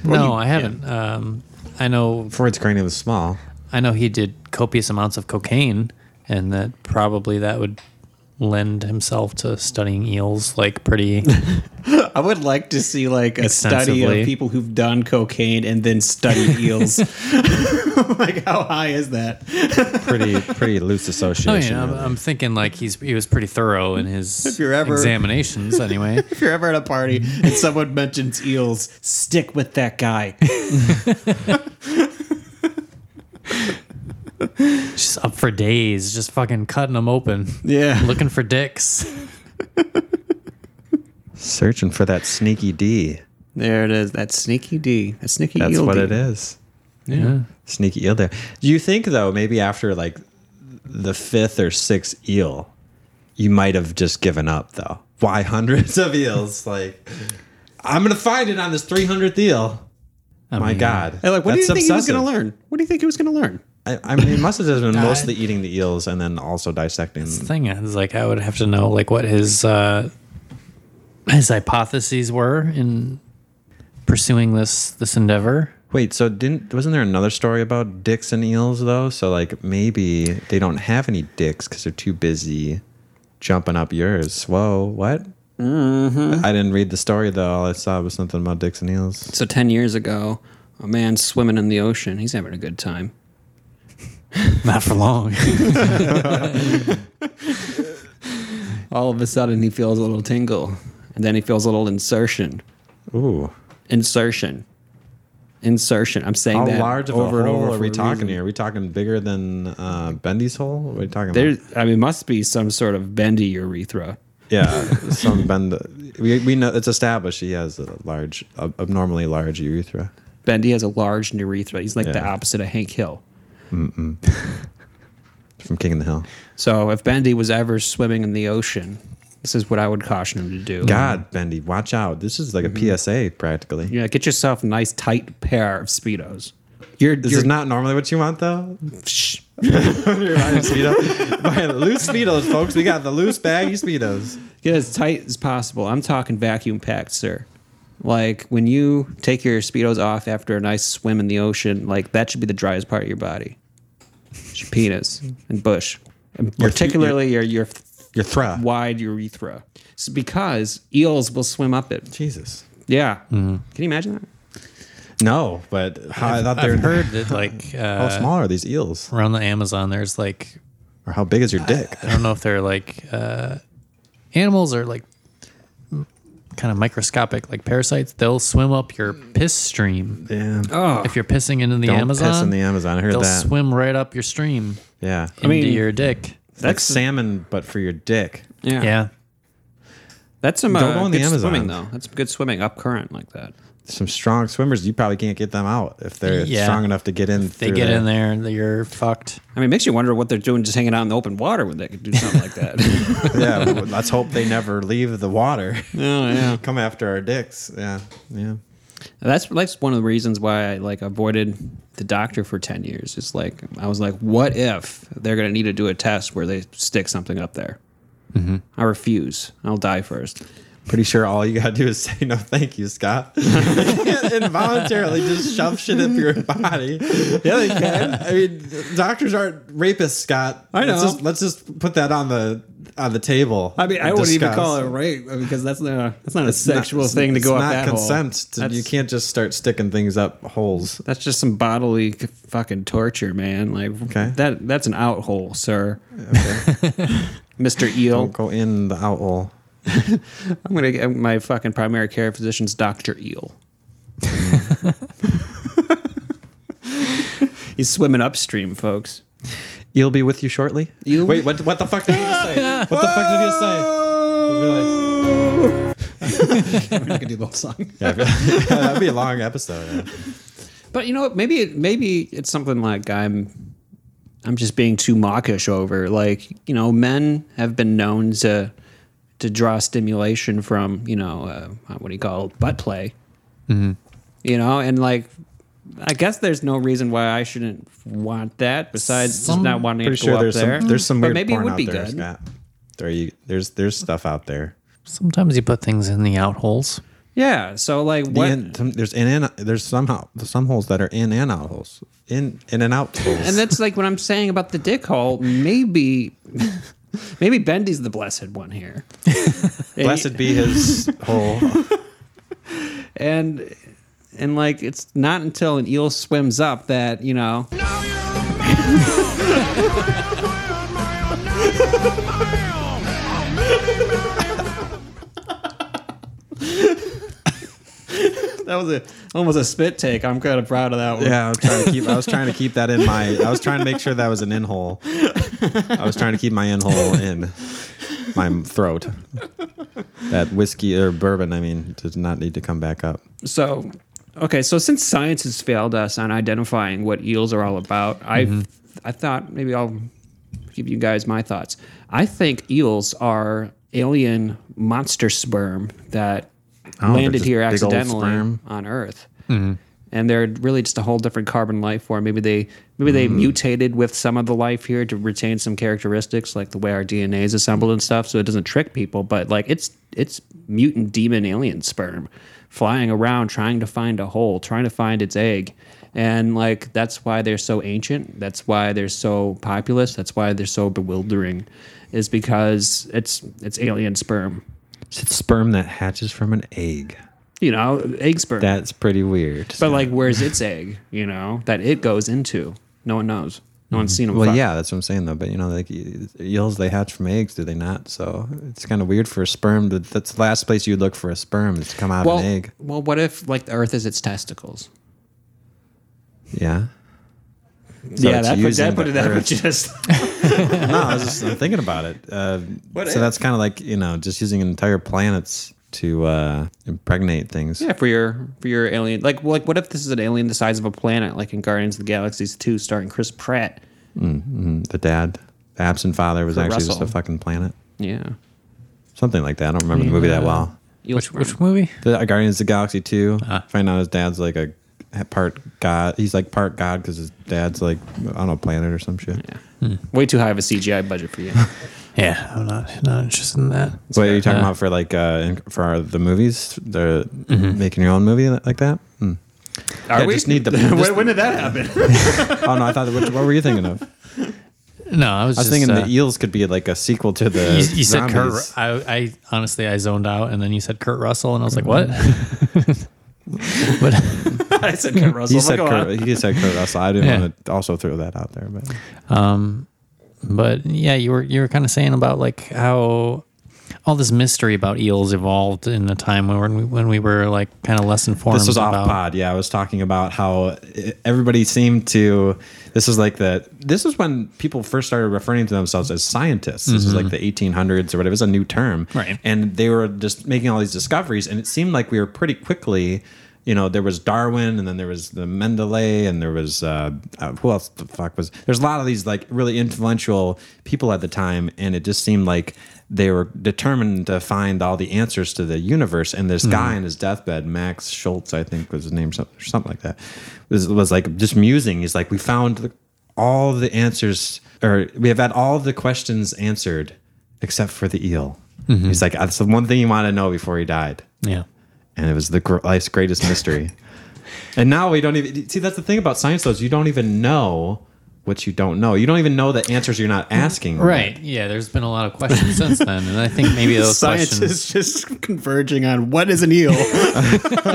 Speaker 3: no, I haven't. Um, I know
Speaker 2: Freud's cranium is small.
Speaker 3: I know he did copious amounts of cocaine, and that probably that would lend himself to studying eels like pretty.
Speaker 1: I would like to see like a study
Speaker 3: Extensively.
Speaker 1: of people who've done cocaine and then studied eels. like how high is that?
Speaker 2: Pretty pretty loose
Speaker 3: I
Speaker 2: association.
Speaker 3: mean, Oh, I'm,
Speaker 2: really.
Speaker 3: I'm thinking like he's he was pretty thorough in his
Speaker 1: If you're ever-
Speaker 3: examinations anyway.
Speaker 1: If you're ever at a party and someone mentions eels, stick with that guy.
Speaker 3: just up for days, just fucking cutting them open,
Speaker 1: Yeah.
Speaker 3: looking for dicks.
Speaker 2: Searching for that sneaky D.
Speaker 1: There it is. That sneaky D. That sneaky
Speaker 2: That's
Speaker 1: eel
Speaker 2: what
Speaker 1: D.
Speaker 2: it is.
Speaker 3: Yeah.
Speaker 2: Sneaky eel there. Do you think though, maybe after like the fifth or sixth eel, you might have just given up though? Why hundreds of eels? Like I'm gonna find it on this 300th eel.
Speaker 3: I
Speaker 2: My
Speaker 3: mean,
Speaker 2: God,
Speaker 1: Hey, like, what do you
Speaker 2: That's
Speaker 1: think he was going to
Speaker 2: obsessive.
Speaker 1: learn? What do you think he was going to learn?
Speaker 2: I, I mean, he must have just been mostly eating the eels and then also dissecting.
Speaker 3: the thing is like I would have to know like what his uh his hypotheses were in pursuing this this endeavor.
Speaker 2: Wait, so didn't wasn't there another story about dicks and eels though? So like maybe they don't have any dicks because they're too busy jumping up yours. Whoa, what? Mm-hmm. I didn't read the story though. All I saw was something about dicks and eels.
Speaker 1: So 10 years ago, a man swimming in the ocean. He's having a good time.
Speaker 3: Not for long.
Speaker 1: All of a sudden, he feels a little tingle. And then he feels a little insertion.
Speaker 2: Ooh,
Speaker 1: Insertion. Insertion. I'm saying
Speaker 2: how
Speaker 1: that
Speaker 2: large of
Speaker 1: over
Speaker 2: a
Speaker 1: and
Speaker 2: hole
Speaker 1: over.
Speaker 2: are
Speaker 1: for
Speaker 2: we
Speaker 1: a
Speaker 2: talking
Speaker 1: reason.
Speaker 2: here? Are we talking bigger than uh, Bendy's hole? What are we talking
Speaker 1: There,
Speaker 2: about?
Speaker 1: I mean, must be some sort of bendy urethra.
Speaker 2: Yeah, some Bend. We, we know it's established he has a large, ab- abnormally large urethra.
Speaker 1: Bendy has a large urethra. He's like the
Speaker 2: Yeah.
Speaker 1: opposite of Hank Hill.
Speaker 2: From King of the Hill.
Speaker 1: So if Bendy was ever swimming in the ocean, this is what I would caution him to do.
Speaker 2: God, Bendy, watch out! This is like
Speaker 1: Mm-hmm.
Speaker 2: a PSA practically.
Speaker 1: Yeah, get yourself a nice tight pair of speedos. You're,
Speaker 2: This
Speaker 1: you're
Speaker 2: is not normally what you want, though.
Speaker 1: Shh.
Speaker 2: You're on your Speedo. Buy loose Speedos, folks. We got the loose baggy Speedos.
Speaker 1: Get as tight as possible. I'm talking vacuum packed, sir. Like when you take your speedos off after a nice swim in the ocean, like that should be the driest part of your body. It's your penis and bush, and
Speaker 2: Your fu-
Speaker 1: particularly your your
Speaker 2: Urethra.
Speaker 1: wide urethra. It's because eels will swim up it.
Speaker 2: Jesus.
Speaker 1: Yeah.
Speaker 2: Mm-hmm.
Speaker 1: Can you imagine that?
Speaker 2: No, but how, I thought they were
Speaker 3: I've heard that like
Speaker 2: How
Speaker 3: uh,
Speaker 2: small are these eels?
Speaker 3: around the Amazon, there's like
Speaker 2: Or how big is your dick?
Speaker 3: I don't know if they're like uh, animals are like kind of microscopic, like parasites. They'll swim up your piss stream.
Speaker 2: Damn.
Speaker 1: Oh,
Speaker 3: If you're pissing into the
Speaker 2: Don't
Speaker 3: Amazon,
Speaker 2: piss in the Amazon. I heard
Speaker 3: they'll
Speaker 2: that.
Speaker 3: swim right up your stream
Speaker 2: Yeah.
Speaker 3: into
Speaker 1: mean-
Speaker 3: your dick.
Speaker 2: It's like salmon, but for your dick.
Speaker 1: yeah.
Speaker 3: Yeah.
Speaker 1: That's some
Speaker 2: Don't
Speaker 1: uh,
Speaker 2: go on the
Speaker 1: good
Speaker 2: Amazon.
Speaker 1: swimming though. That's good swimming up current like that.
Speaker 2: Some strong swimmers, you probably can't get them out if they're
Speaker 3: Yeah.
Speaker 2: strong enough to get in.
Speaker 3: They
Speaker 2: through
Speaker 3: get in there and you're fucked.
Speaker 1: I mean, it makes you wonder what they're doing just hanging out in the open water when they could do something like that.
Speaker 2: yeah. well, Let's hope they never leave the water.
Speaker 1: oh yeah.
Speaker 2: Come after our dicks. Yeah. Yeah.
Speaker 1: That's that's one of the reasons why I like avoided the doctor for ten years. It's like I was like, what if they're gonna need to do a test where they stick something up there?
Speaker 2: Mm-hmm.
Speaker 1: I refuse. I'll die first.
Speaker 2: Pretty sure all you gotta do is say no, thank you, Scott. you can't involuntarily just shove shit up your body. Yeah, they can. I mean, doctors aren't rapists, Scott. I
Speaker 1: know.
Speaker 2: Let's just, let's just put that on the on the table. Discuss.
Speaker 1: rape because that's not that's not a
Speaker 2: Not-
Speaker 1: sexual thing to
Speaker 2: it's
Speaker 1: go up
Speaker 2: not
Speaker 1: that
Speaker 2: consent. to- you can't just start sticking things up holes.
Speaker 1: That's just some bodily c- fucking torture, man. Like
Speaker 2: Okay.
Speaker 1: that that's an out hole, sir. Mister Eel.
Speaker 2: Don't go in the out hole.
Speaker 1: I'm gonna get my fucking primary care physician's Doctor Eel. He's swimming upstream, folks.
Speaker 2: You'll be with you shortly.
Speaker 1: Eel-
Speaker 2: Wait, what? What the fuck did you just say? What the fuck did you just say?
Speaker 1: I can do the whole song.
Speaker 2: Yeah, I feel- that'd be a long episode. yeah.
Speaker 1: But you know what? Maybe it, maybe it's something like I'm I'm just being too mawkish over. Like you know, men have been known to to draw stimulation from you know uh, what do you call it? butt play.
Speaker 2: Mm-hmm.
Speaker 1: You know, and like I guess there's no reason why I shouldn't want that besides just
Speaker 3: Some-
Speaker 1: not wanting it
Speaker 2: Pretty
Speaker 1: to go
Speaker 2: sure
Speaker 1: up
Speaker 2: there's
Speaker 1: there.
Speaker 2: some there's some
Speaker 1: But
Speaker 2: weird
Speaker 1: maybe
Speaker 2: porn
Speaker 1: it would
Speaker 2: out
Speaker 1: be
Speaker 2: there,
Speaker 1: good.
Speaker 2: Scott. There you there's there's stuff out there.
Speaker 3: Sometimes you put things in the out holes.
Speaker 1: Yeah. So like
Speaker 2: The
Speaker 1: what?
Speaker 2: in- some- there's in and there's somehow some holes that are in and out holes. In in and out holes.
Speaker 1: And that's like what I'm saying about the dick hole. Maybe, maybe Bendy's the blessed one here.
Speaker 2: Blessed be his hole.
Speaker 1: and and like it's not until an eel swims up that you know that was a almost a spit take i'm kind of proud of that one
Speaker 2: Yeah, I was trying to keep. I was trying to keep that in my. I was trying to make sure that was an in hole. I was trying to keep my in hole in my throat. That whiskey or bourbon, I mean, does not need to come back up.
Speaker 1: so okay so since science has failed us on identifying what eels are all about i i thought maybe i'll give you guys my thoughts i think eels are alien monster sperm that
Speaker 2: they're
Speaker 1: landed
Speaker 2: just
Speaker 1: here
Speaker 2: big old
Speaker 1: accidentally
Speaker 2: sperm.
Speaker 1: on earth and they're really just a whole different carbon life form maybe they maybe they mutated with some of the life here to retain some characteristics like the way our dna is assembled and stuff so it doesn't trick people but like it's it's mutant demon alien sperm flying around trying to find a hole trying to find its egg and like that's why they're so ancient that's why they're so populous that's why they're so bewildering is because it's it's alien sperm
Speaker 2: It's sperm that hatches from an egg.
Speaker 1: you know egg sperm
Speaker 2: That's pretty weird.
Speaker 1: But like, where's its egg? You know that it goes into. No one knows. No one's seen them.
Speaker 2: well,
Speaker 1: fuck.
Speaker 2: yeah, that's what I'm saying though. But you know, like e- eels, they hatch from eggs, do they not? So it's kind of weird for a sperm. To, that's the last place you would look for a sperm is to come out
Speaker 1: Well,
Speaker 2: of an egg.
Speaker 1: well, what if like the Earth is its testicles?
Speaker 2: Yeah. So it's using the Earth.
Speaker 1: just.
Speaker 2: no, I was just I'm thinking about it. Uh, so that's kind of like you know, just using entire planets to uh, impregnate things.
Speaker 1: yeah, for your for your alien, like like what if this is an alien the size of a planet, like in Guardians of the Galaxies two, starring Chris Pratt?
Speaker 2: The dad, the absent father, was
Speaker 1: For
Speaker 2: actually
Speaker 1: Russell.
Speaker 2: just a fucking planet,
Speaker 1: Yeah.
Speaker 2: something like that. I don't remember the movie that well.
Speaker 1: Eel
Speaker 3: Which
Speaker 1: sperm.
Speaker 3: which movie?
Speaker 2: The uh, Guardians of the Galaxy two.
Speaker 1: Uh-huh.
Speaker 2: Find out his dad's like a part god. He's like part god because his dad's like on a planet or some shit.
Speaker 1: Way too high of a CGI budget for you.
Speaker 3: Yeah, I'm not not interested in that.
Speaker 2: What are you talking about for like uh, in- for our, the movies? They're
Speaker 3: Mm-hmm.
Speaker 2: making your own movie like that. Hmm.
Speaker 1: Are
Speaker 2: Yeah,
Speaker 1: we?
Speaker 2: Just need the.
Speaker 1: When-
Speaker 2: just-
Speaker 1: when did that happen?
Speaker 2: oh no! I thought. What, what were you thinking of?
Speaker 3: No, I was,
Speaker 2: I was
Speaker 3: just,
Speaker 2: thinking
Speaker 3: uh,
Speaker 2: the eels could be like a sequel to the.
Speaker 3: You, you said Kurt.
Speaker 2: zombies.
Speaker 3: I, I honestly I zoned out, and then you said Kurt Russell, and I was like, what? but
Speaker 5: I said Kurt Russell.
Speaker 2: You
Speaker 5: but
Speaker 2: said
Speaker 5: go on.
Speaker 2: Kurt. You said Kurt Russell. I didn't
Speaker 3: Yeah.
Speaker 2: want to also throw that out there, but
Speaker 3: Um, but yeah, you were you were kind of saying about like how all this mystery about eels evolved in the time when we when we were like kind of less informed.
Speaker 2: this was off
Speaker 3: about,
Speaker 2: pod. Yeah, I was talking about how i- everybody seemed to. This was like the. This is when people first started referring to themselves as scientists. This was like the 1800s or whatever. It was a new term,
Speaker 3: Mm-hmm. Right.
Speaker 2: And they were just making all these discoveries, and it seemed like we were pretty quickly. You know, there was Darwin, and then there was the Mendeley, and there was uh, uh, who else? The fuck was there's a lot of these like really influential people at the time, and it just seemed like they were determined to find all the answers to the universe. And this guy on his deathbed, Max Schultz, I think was his name, some- or something like that, was, was like just musing. He's like, we found the- all the answers, or we have had all the questions answered except for the eel. He's like, that's the one thing he wanted to know before he died.
Speaker 3: Yeah.
Speaker 2: And it was the gr- life's greatest mystery. and now we don't even see that's the thing about science, though, is you don't even know what you don't know. You don't even know the answers you're not asking.
Speaker 3: Right. Yeah. There's been a lot of questions since then, and I think maybe those
Speaker 1: Science
Speaker 3: questions.
Speaker 1: is just converging on what is an eel.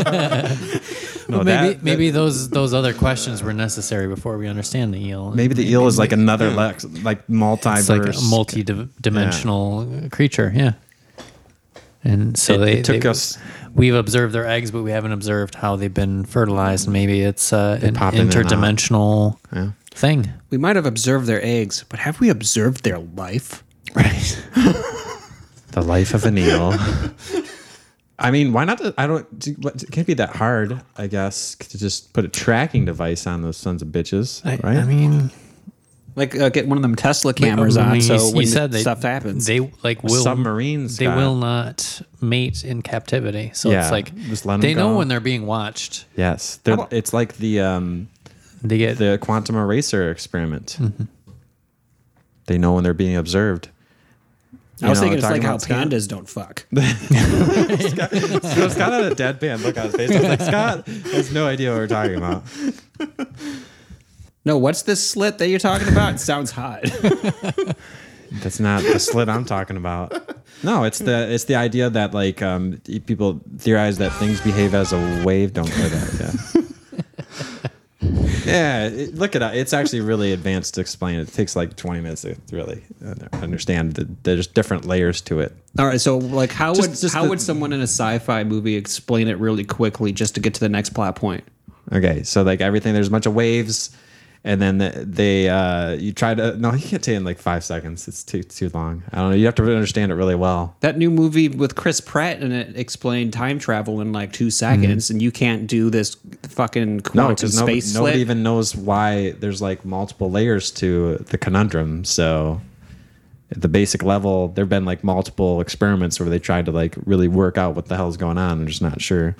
Speaker 2: No,
Speaker 3: Maybe
Speaker 2: that-
Speaker 3: maybe those those other questions were necessary before we understand the eel.
Speaker 2: Maybe the eel is like another lex, like multiverse.
Speaker 3: it's like a multi-dimensional creature. Yeah. And so
Speaker 2: It-
Speaker 3: they
Speaker 2: it took
Speaker 3: they-
Speaker 2: us-
Speaker 3: We've observed their eggs, but we haven't observed how they've been fertilized. Maybe it's uh, an
Speaker 2: pop in and out.
Speaker 3: interdimensional thing.
Speaker 5: We might have observed their eggs, but have we observed their life?
Speaker 3: Right.
Speaker 2: the life of an eel. I mean, why not? I don't. do- what- It can't be that hard, I guess, to just put a tracking device on those sons of bitches,
Speaker 3: I,
Speaker 2: right?
Speaker 3: I mean,
Speaker 5: Like uh, get one of them Tesla cameras
Speaker 3: I
Speaker 5: on,
Speaker 3: mean,
Speaker 5: so
Speaker 3: you- you
Speaker 5: when
Speaker 3: said they-
Speaker 5: stuff happens,
Speaker 3: they like will
Speaker 2: submarines.
Speaker 3: They will not mate in captivity. So
Speaker 2: Yeah,
Speaker 3: it's like
Speaker 2: just let 'em
Speaker 3: they know
Speaker 2: go.
Speaker 3: when they're being watched.
Speaker 2: Yes, They're- it's like the um,
Speaker 3: They get
Speaker 2: the quantum eraser experiment. They know when they're being observed.
Speaker 5: I
Speaker 2: You
Speaker 5: was
Speaker 2: know,
Speaker 5: thinking it's
Speaker 2: talking
Speaker 5: like how
Speaker 2: about Scott.
Speaker 5: pandas don't fuck.
Speaker 2: So Scott had a deadpan look on his face. I was like, Scott has no idea what we're talking about.
Speaker 5: no, what's this slit that you're talking about? It sounds hot.
Speaker 2: That's not the slit I'm talking about. No, it's the it's the idea that like um, people theorize that things behave as a wave. Don't play that. Yeah, yeah. It, look it up. It's actually really advanced to explain. It takes like 20 minutes to really understand. The, there's different layers to it.
Speaker 5: All right, so like how
Speaker 2: Just-
Speaker 5: would
Speaker 2: just
Speaker 5: how
Speaker 2: the-
Speaker 5: would someone in a sci-fi movie explain it really quickly just to get to the next plot point?
Speaker 2: Okay, so like everything, there's a bunch of waves, and then the- they uh, you try to no, you can't say it in like five seconds. It's too too long. I don't know. You have to really understand it really well.
Speaker 5: That new movie with Chris Pratt in it explained time travel in like two seconds, and you can't do this fucking
Speaker 2: Mm-hmm. No,
Speaker 5: quantum
Speaker 2: because
Speaker 5: space slit.
Speaker 2: nobody even knows why there's like multiple layers to the conundrum. So at the basic level, there've been like multiple experiments where they tried to like really work out what the hell's going on. They're just not sure.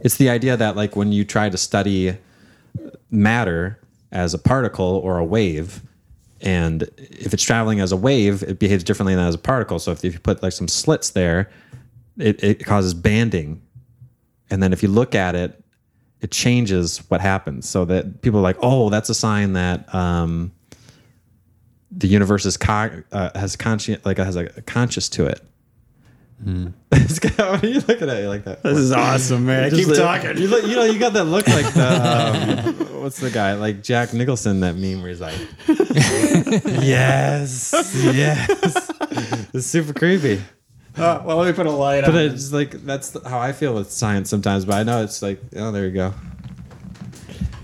Speaker 2: It's the idea that like when you try to study matter as a particle or a wave and if it's traveling as a wave it behaves differently than as a particle so if, if you put like some slits there it, it causes banding and then if you look at it it changes what happens so that people are like oh that's a sign that um, the universe is co- uh, has conscious like has a conscious to it What are you looking at you like that
Speaker 1: Hmm. this is awesome, man. I
Speaker 2: just like- You, look, you know, you got that look like the um, what's the guy like Jack Nicholson? That meme where he's like, "Yes, yes." It's super creepy.
Speaker 1: Uh, well, let me put a light
Speaker 2: But it's like that's how I feel with science sometimes. But I know it's like, oh, there you go.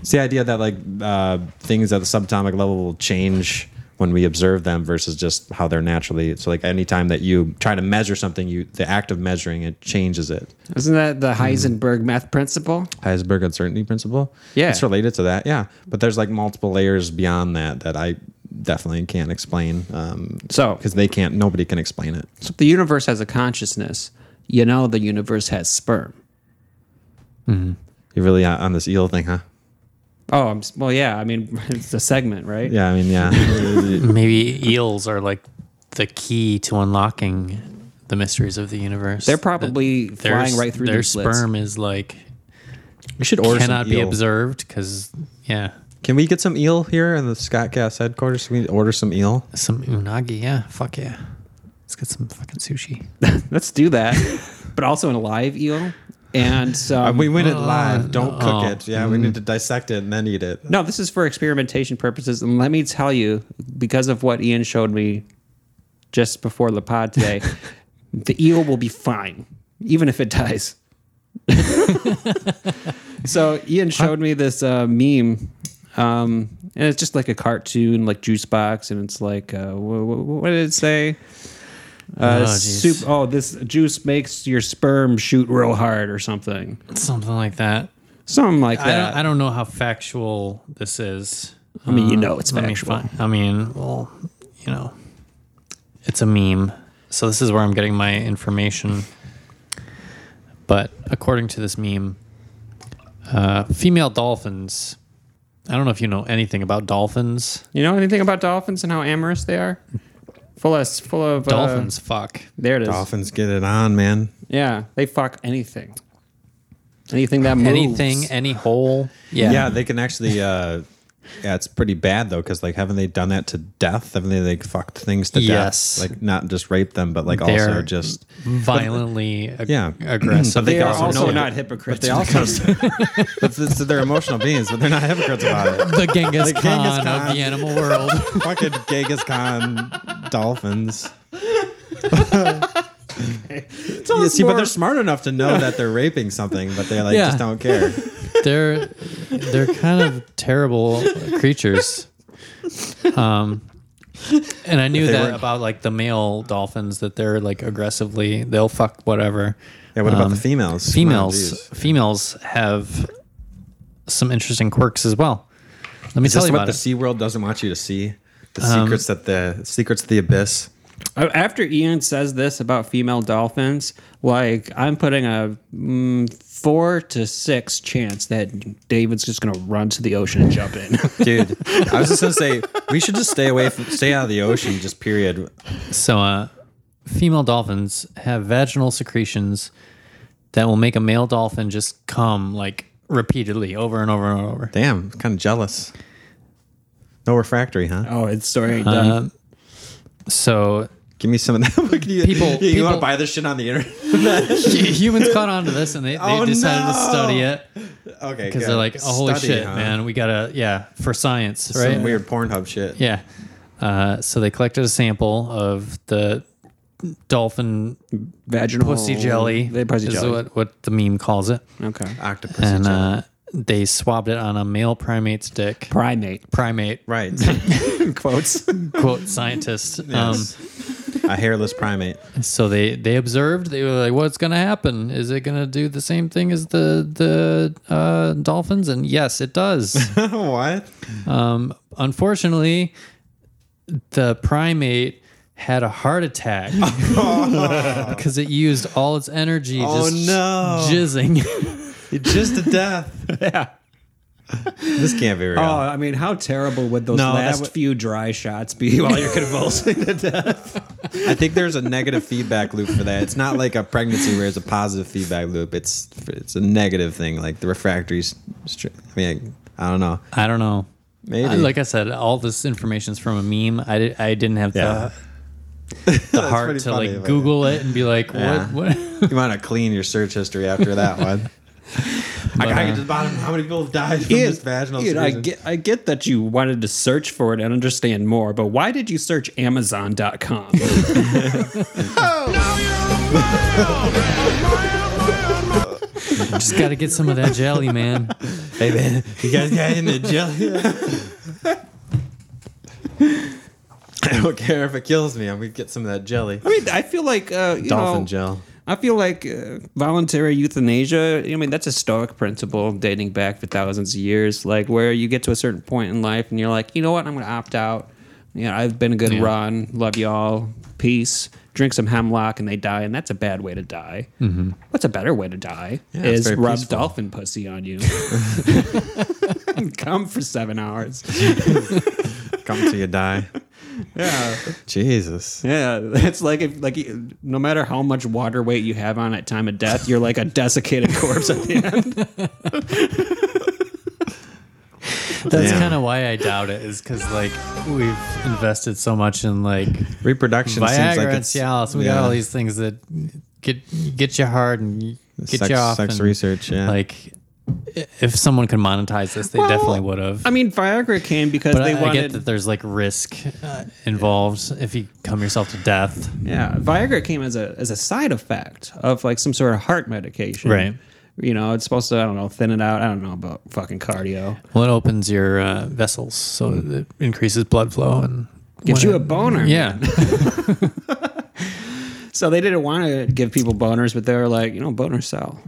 Speaker 2: It's the idea that like uh, things at the subatomic level will change when we observe them versus just how they're naturally. So like anytime that you try to measure something, you the act of measuring it changes it.
Speaker 5: Isn't
Speaker 2: Mm-hmm.
Speaker 5: that the Heisenberg math principle?
Speaker 2: Heisenberg uncertainty principle.
Speaker 5: Yeah.
Speaker 2: It's related to that. Yeah. But there's like multiple layers beyond that that I definitely can't explain. Um,
Speaker 5: So-
Speaker 2: because they can't, nobody can explain it.
Speaker 5: So if the universe has a consciousness. You know, the universe has sperm.
Speaker 2: You're really uh, on on this eel thing, huh?
Speaker 5: Oh, I'm, s- well, yeah. I mean, it's a segment, right?
Speaker 2: Yeah. I mean, yeah.
Speaker 3: maybe eels are like the key to unlocking the mysteries of the universe.
Speaker 5: They're probably
Speaker 3: That their-
Speaker 5: flying right through
Speaker 3: Their
Speaker 5: these slits.
Speaker 3: sperm is like
Speaker 2: we should order some
Speaker 3: cannot be
Speaker 2: eel.
Speaker 3: observed because yeah,
Speaker 2: Can we get some eel here in the Scott Cast headquarters? Can we order some eel?
Speaker 3: Some unagi, yeah. Fuck yeah. Let's get some fucking sushi.
Speaker 1: Let's do that. but also an alive eel. And so
Speaker 2: Uh, Mm. we win it live. Don't
Speaker 3: no.
Speaker 2: cook it. Yeah, we need to dissect it and then eat it.
Speaker 1: No, this is for experimentation purposes. And let me tell you, because of what Ian showed me just before the pod today, the eel will be fine, even if it dies. so Ian showed me this uh, meme, um, and it's just like a cartoon, like juice box, and it's like, uh, wh- wh- what did it say? Uh,
Speaker 3: Oh, geez.
Speaker 1: soup. Oh, this juice makes your sperm shoot real hard, or something.
Speaker 3: Something like that.
Speaker 1: Something like
Speaker 3: I
Speaker 1: that.
Speaker 3: don't, I don't know how factual this is.
Speaker 1: I mean, you know it's
Speaker 3: Uh, let me
Speaker 1: factual.
Speaker 3: fi- I mean, well, you know, it's a meme. So this is where I'm getting my information. But according to this meme, uh, female dolphins. I don't know if you know anything about dolphins.
Speaker 1: You know anything about dolphins and how amorous they are? Full of full of uh,
Speaker 3: Dolphins, fuck.
Speaker 1: there it is.
Speaker 2: Dolphins get it on, man.
Speaker 1: Yeah, they fuck anything. Anything that moves.
Speaker 3: Anything, any hole. Yeah.
Speaker 2: Yeah, they can actually. Uh, yeah, it's pretty bad though, because like, haven't they done that to death? Haven't they like fucked things to
Speaker 3: Yes.
Speaker 2: death? Like, not just rape them, but like also
Speaker 3: They're-
Speaker 2: just.
Speaker 3: Violently ag-
Speaker 2: Yeah.
Speaker 3: aggressive.
Speaker 2: But they
Speaker 1: They are
Speaker 2: also
Speaker 1: also
Speaker 2: know it.
Speaker 1: not hypocrites.
Speaker 2: But they also, but th- so they're emotional beings, but they're not hypocrites about it.
Speaker 3: the Genghis,
Speaker 2: The Genghis
Speaker 3: Khan,
Speaker 2: Khan.
Speaker 3: of the animal world.
Speaker 2: Fucking Genghis Khan dolphins. Yeah, see, but they're smart enough to know that they're raping something, but they like
Speaker 3: Yeah.
Speaker 2: just don't care.
Speaker 3: they're they're kind of terrible creatures. Um, and I knew
Speaker 2: They
Speaker 3: that
Speaker 2: were-
Speaker 3: about like the male dolphins that they're like aggressively they'll fuck whatever.
Speaker 2: Yeah, what about
Speaker 3: Um,
Speaker 2: the females? Come on,
Speaker 3: Females
Speaker 2: geez.
Speaker 3: females have some interesting quirks as well. Let me
Speaker 2: Is
Speaker 3: tell
Speaker 2: this
Speaker 3: you
Speaker 2: what
Speaker 3: about
Speaker 2: the
Speaker 3: it. Um,
Speaker 2: Sea World doesn't want you to see? The secrets that the secrets of the abyss.
Speaker 1: Uh, After Ian says this about female dolphins, like I'm putting a mm, four to six chance that David's just gonna run to the ocean and jump in.
Speaker 2: Dude, I was just gonna say we should just stay away from stay out of the ocean, just period.
Speaker 3: So, uh, female dolphins have vaginal secretions that will make a male dolphin just come like repeatedly over and over and over.
Speaker 2: Damn, kinda jealous. No refractory, huh?
Speaker 1: oh, it's story ain't done.
Speaker 3: Um, so
Speaker 2: Give me some of that. What can you,
Speaker 3: People-
Speaker 2: you, you want
Speaker 3: people-
Speaker 2: to buy this shit on the internet?
Speaker 3: humans caught on to this and they, they
Speaker 2: Oh,
Speaker 3: decided to
Speaker 2: no.
Speaker 3: study it
Speaker 2: Okay,
Speaker 3: because they're like, oh, holy shit, man, we gotta, yeah, for science, right?
Speaker 2: Some weird Pornhub shit.
Speaker 3: Yeah. Uh, so they collected a sample of the dolphin
Speaker 1: Vaginal
Speaker 3: pussy jelly.
Speaker 1: They pussy
Speaker 3: is
Speaker 1: jelly.
Speaker 3: What, what the meme calls it.
Speaker 1: okay.
Speaker 2: Octopus.
Speaker 3: and
Speaker 2: jelly.
Speaker 3: uh, they swabbed it on a male primate's dick.
Speaker 1: Primate
Speaker 3: Primate,
Speaker 2: right.
Speaker 1: quotes.
Speaker 3: quote scientist.
Speaker 2: Yes. a hairless primate.
Speaker 3: Um, so they they observed. They were like, "What's going to happen? Is it going to do the same thing as the the uh, dolphins?" And yes, it does.
Speaker 2: what?
Speaker 3: Um, unfortunately, the primate had a heart attack because it used all its energy
Speaker 2: Oh,
Speaker 3: just
Speaker 2: no.
Speaker 3: jizzing.
Speaker 2: Just to death. yeah. This can't be real.
Speaker 1: Oh, I mean, how terrible would those
Speaker 2: No, that
Speaker 1: last
Speaker 2: would-
Speaker 1: few dry shots be while you're convulsing?
Speaker 2: I think there's a negative feedback loop for that. It's not like a pregnancy where it's a positive feedback loop. It's it's a negative thing, like the refractory. Stri- I mean, I, I don't know.
Speaker 3: I don't know.
Speaker 2: Maybe.
Speaker 3: Uh, Like I said, all this information is from a meme. I, di- I didn't have
Speaker 2: Yeah.
Speaker 3: the, the heart
Speaker 2: pretty
Speaker 3: to
Speaker 2: funny,
Speaker 3: like
Speaker 2: but-
Speaker 3: Google it and be like, what?
Speaker 2: Yeah.
Speaker 3: what?
Speaker 2: you want to clean your search history after that one. I gotta get to the bottom. of How many people have died from this vaginal
Speaker 1: Ian, I
Speaker 2: secretion?
Speaker 1: get, I get that you wanted to search for it and understand more, but why did you search Amazon.com?
Speaker 3: Just got to get some of that jelly, man.
Speaker 2: Hey man, you guys got in the jelly. I don't care if it kills me. I'm gonna get some of that jelly.
Speaker 1: I mean, I feel like uh, you
Speaker 2: Dolphin
Speaker 1: know,
Speaker 2: gel.
Speaker 1: I feel like uh, voluntary euthanasia. I mean, that's a Stoic principle dating back for thousands of years. Like where you get to a certain point in life and you're like, you know what, I'm gonna opt out. You know, I've been a good
Speaker 3: Yeah.
Speaker 1: run. Love y'all. Peace. Drink some hemlock and they die, and that's a bad way to die. What's a better way to die
Speaker 2: it's
Speaker 1: is
Speaker 2: very
Speaker 1: rub
Speaker 2: peaceful.
Speaker 1: dolphin pussy on you. and come for seven hours.
Speaker 2: Come till you die.
Speaker 1: Yeah.
Speaker 2: Jesus.
Speaker 1: Yeah, it's like if like no matter how much water weight you have on at time of death, you're like a desiccated corpse at the end.
Speaker 3: That's
Speaker 2: Damn.
Speaker 3: kind of why I doubt it, is because like we've invested so much in like
Speaker 2: Reproduction seems like
Speaker 3: Viagra and
Speaker 2: it's
Speaker 3: Cialis. We
Speaker 2: yeah.
Speaker 3: got all these things that get get you hard and get
Speaker 2: Sex-
Speaker 3: you off.
Speaker 2: sex
Speaker 3: and,
Speaker 2: research, yeah.
Speaker 3: Like, i- if someone could monetize this, they
Speaker 1: Well,
Speaker 3: definitely would have.
Speaker 1: I mean, Viagra came because
Speaker 3: But
Speaker 1: they
Speaker 3: I, I
Speaker 1: wanted.
Speaker 3: get that there's like risk uh, involved if you come yourself to death.
Speaker 1: Yeah, Viagra came as a as a side effect of like some sort of heart medication.
Speaker 3: Right.
Speaker 1: You know, it's supposed to I don't know thin it out. I don't know about fucking cardio.
Speaker 3: Well, it opens your uh, vessels, so it increases blood flow and
Speaker 1: Gives
Speaker 3: when
Speaker 1: you a
Speaker 3: it-
Speaker 1: boner.
Speaker 3: Yeah,
Speaker 1: So they didn't want to give people boners, but they were like, you know, boner sell.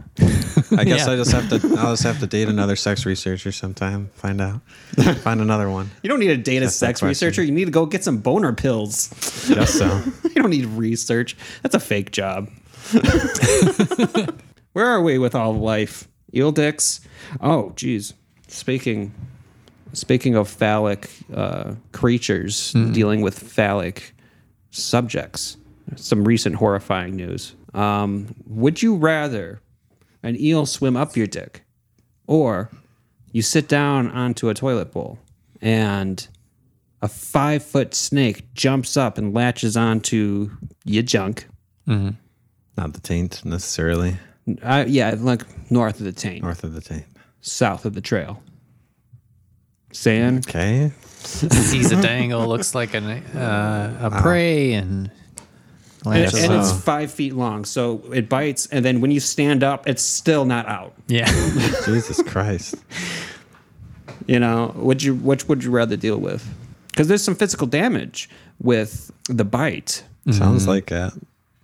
Speaker 2: I guess
Speaker 3: Yeah.
Speaker 2: I just have to. I'll just have to date another sex researcher sometime. Find out. Find another one.
Speaker 1: You don't need to date a
Speaker 2: the
Speaker 1: sex
Speaker 2: question.
Speaker 1: researcher. You need to go get some boner pills.
Speaker 2: Just so.
Speaker 1: you don't need research. That's a fake job. Where are we with all life? Eel dicks. Oh, geez. Speaking speaking of phallic uh, creatures dealing with phallic subjects, some recent horrifying news. Um, would you rather an eel swim up your dick, or you sit down onto a toilet bowl and a five foot snake jumps up and latches onto your junk.
Speaker 2: Not the taint necessarily.
Speaker 1: Uh, yeah, like north of the taint,
Speaker 2: North of the taint.
Speaker 1: south of the trail. Saying,
Speaker 2: Okay.
Speaker 3: sees a dangle, looks like an, uh, a prey,
Speaker 1: and,
Speaker 3: and lands
Speaker 1: and
Speaker 3: on-
Speaker 1: it's five feet long, so it bites, and then when you stand up, it's still not out.
Speaker 3: yeah.
Speaker 2: Jesus Christ.
Speaker 1: You know, would you which would you rather deal with? Because there's some physical damage with the bite,
Speaker 3: Mm-hmm.
Speaker 2: Sounds like that.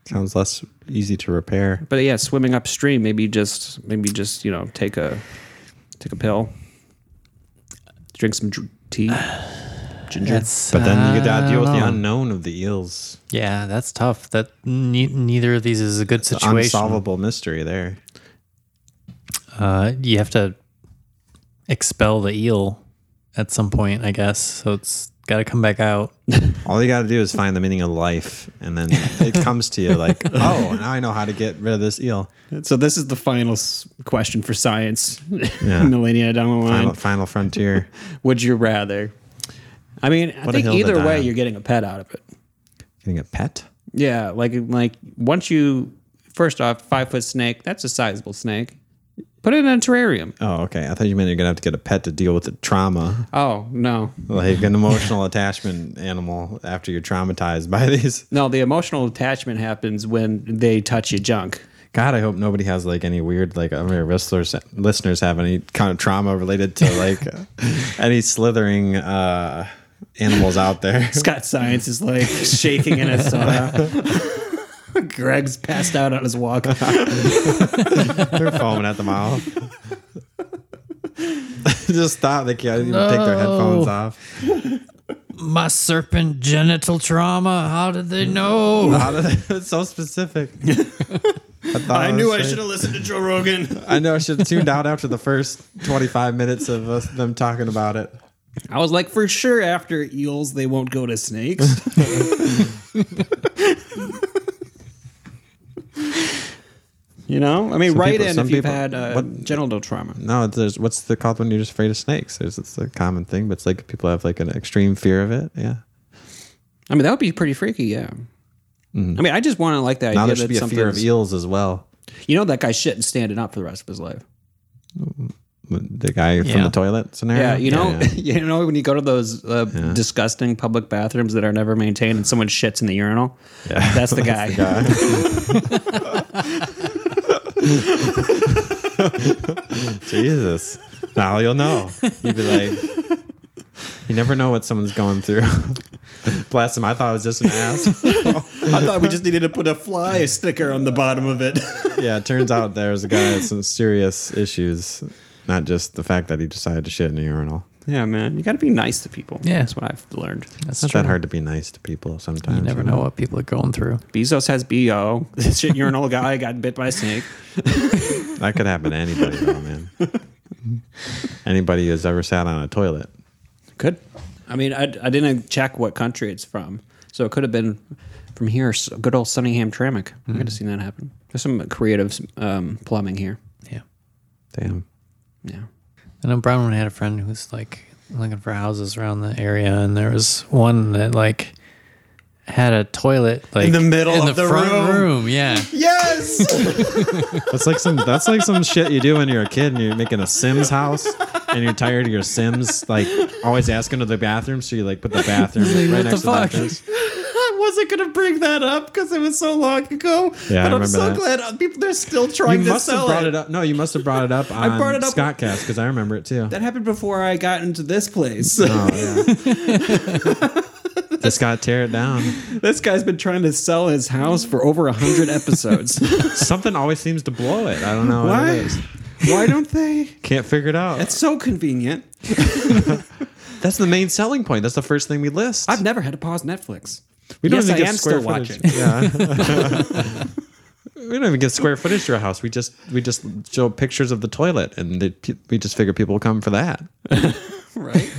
Speaker 2: Sounds less easy to repair.
Speaker 1: but yeah, swimming upstream, maybe just maybe just you know take a take a pill, drink some dr- tea, ginger.
Speaker 3: It's,
Speaker 2: But then you
Speaker 3: uh,
Speaker 2: gotta deal with
Speaker 3: I
Speaker 2: the
Speaker 3: don't know.
Speaker 2: unknown of the eels.
Speaker 3: Yeah, that's tough. That ne- neither of these is a good situation.
Speaker 2: Unsolvable mystery there.
Speaker 3: Uh, you have to expel the eel at some point, I guess. So it's got to come back out.
Speaker 2: All you gotta do is find the meaning of life, and then it comes to you like, oh, now I know how to get rid of this eel.
Speaker 1: So this is the final s- question for science,
Speaker 2: Yeah.
Speaker 1: millennia down the line.
Speaker 2: Final, final frontier.
Speaker 1: Would you rather? I mean, I
Speaker 2: What a
Speaker 1: think
Speaker 2: hill to
Speaker 1: either
Speaker 2: die
Speaker 1: way,
Speaker 2: on.
Speaker 1: you're getting a pet out of it.
Speaker 2: Getting a pet.
Speaker 1: Yeah, like like once you first off, five foot snake. That's a sizable snake. Put it in a terrarium.
Speaker 2: Oh, okay. I thought you meant you're gonna have to get a pet to deal with the trauma,
Speaker 1: Oh no,
Speaker 2: like an emotional attachment animal after you're traumatized by these.
Speaker 1: no. The emotional attachment happens when they touch your junk.
Speaker 2: God, I hope nobody has like any weird like I mean, wrestlers listeners have any kind of trauma related to like uh, any slithering uh, animals out there.
Speaker 1: Scott Science is like shaking in his sauna. Greg's passed out on his walk.
Speaker 2: They're foaming at the mouth. Just stop. They can't even take their headphones off.
Speaker 3: My serpent genital trauma. How did they know?
Speaker 2: How did they- it's so specific. I, thought I was safe.
Speaker 1: listened to Joe Rogan.
Speaker 2: I know I should have tuned out after the first 25 minutes of us, them talking about it.
Speaker 1: I was like, for sure, after eels, they won't go to snakes. you know, I mean,
Speaker 2: Some
Speaker 1: right
Speaker 2: people-
Speaker 1: in
Speaker 2: some
Speaker 1: if you've
Speaker 2: people-
Speaker 1: had uh,
Speaker 2: what-
Speaker 1: genital trauma.
Speaker 2: No, it's- there's what's the called when you're just afraid of snakes? There's it's a common thing, but it's like people have like an extreme fear of it. Yeah.
Speaker 1: I mean, that would be pretty freaky. Yeah. I mean, I just want to like that
Speaker 2: Mm-hmm. Now there
Speaker 1: idea
Speaker 2: should
Speaker 1: that
Speaker 2: be a fear of
Speaker 1: something's-
Speaker 2: eels as well.
Speaker 1: You know, that guy shitting standing up for the rest of his life.
Speaker 2: The guy from
Speaker 3: Yeah.
Speaker 2: the toilet scenario.
Speaker 1: Yeah, you know,
Speaker 2: Yeah.
Speaker 1: you know when you go to those uh, disgusting public bathrooms that are never maintained, and someone shits in the urinal.
Speaker 2: Yeah.
Speaker 1: That's the guy.
Speaker 2: Jesus. Now you'll know. You'd be like, you never know what someone's going through. Bless him. I thought it was just an ass.
Speaker 1: I thought we just needed to put a fly sticker on the bottom of it.
Speaker 2: yeah, it turns out there's a guy with some serious issues, not just the fact that he decided to shit in a urinal.
Speaker 1: Yeah, man. You got to be nice to people.
Speaker 3: Yeah.
Speaker 1: That's what I've learned.
Speaker 3: That's
Speaker 2: It's not that hard to be nice to people sometimes.
Speaker 3: You never know what people are going through.
Speaker 1: Bezos has BO. This shit urinal guy got bit by a snake.
Speaker 2: That could happen to anybody, though, man. anybody who's ever sat on a toilet.
Speaker 1: Good. I mean, I, I didn't check what country it's from. So it could have been from here, s- good old Sunningham Tramick. I could have seen that happen. There's some creative um, plumbing here.
Speaker 3: Yeah.
Speaker 2: Damn.
Speaker 1: Yeah.
Speaker 3: I know Brownwood had a friend who was like looking for houses around the area, and there was one that like had a toilet like
Speaker 2: the middle
Speaker 3: in
Speaker 2: of the
Speaker 3: front
Speaker 2: room.
Speaker 3: Yeah,
Speaker 2: Yes. that's like some. That's like some shit you do when you're a kid and you're making a Sims house and you're tired of your Sims like always asking to the bathroom, so you like put the bathroom right
Speaker 3: What the
Speaker 2: next
Speaker 3: fuck?
Speaker 2: to the bathroom.
Speaker 7: I wasn't gonna bring that up because it was so long ago.
Speaker 2: Yeah, I
Speaker 7: but am
Speaker 2: remember
Speaker 7: so
Speaker 2: that.
Speaker 3: uh,
Speaker 7: glad people they're still
Speaker 2: You
Speaker 7: trying to
Speaker 2: must have
Speaker 7: sell
Speaker 2: brought
Speaker 7: it.
Speaker 2: it up. No, you must have brought it up on
Speaker 7: brought it up-
Speaker 2: Scottcast because I remember it too.
Speaker 1: That happened before I got into this place.
Speaker 2: Oh yeah. Just gotta tear it down.
Speaker 1: this guy's been trying to sell his house for over a hundred episodes.
Speaker 2: Something always seems to blow it. I don't know what, it
Speaker 1: Why?
Speaker 2: is.
Speaker 1: Why don't they?
Speaker 2: Can't figure it out.
Speaker 1: It's so convenient.
Speaker 2: That's the main selling point. That's the first thing we list.
Speaker 1: I've never had to pause Netflix.
Speaker 2: we
Speaker 1: yes, I
Speaker 2: give
Speaker 1: am
Speaker 2: square
Speaker 1: still
Speaker 2: footage. Yeah. we don't even get square footage to our house. We just we just show pictures of the toilet, and they, we just figure people will come for that.
Speaker 1: Right.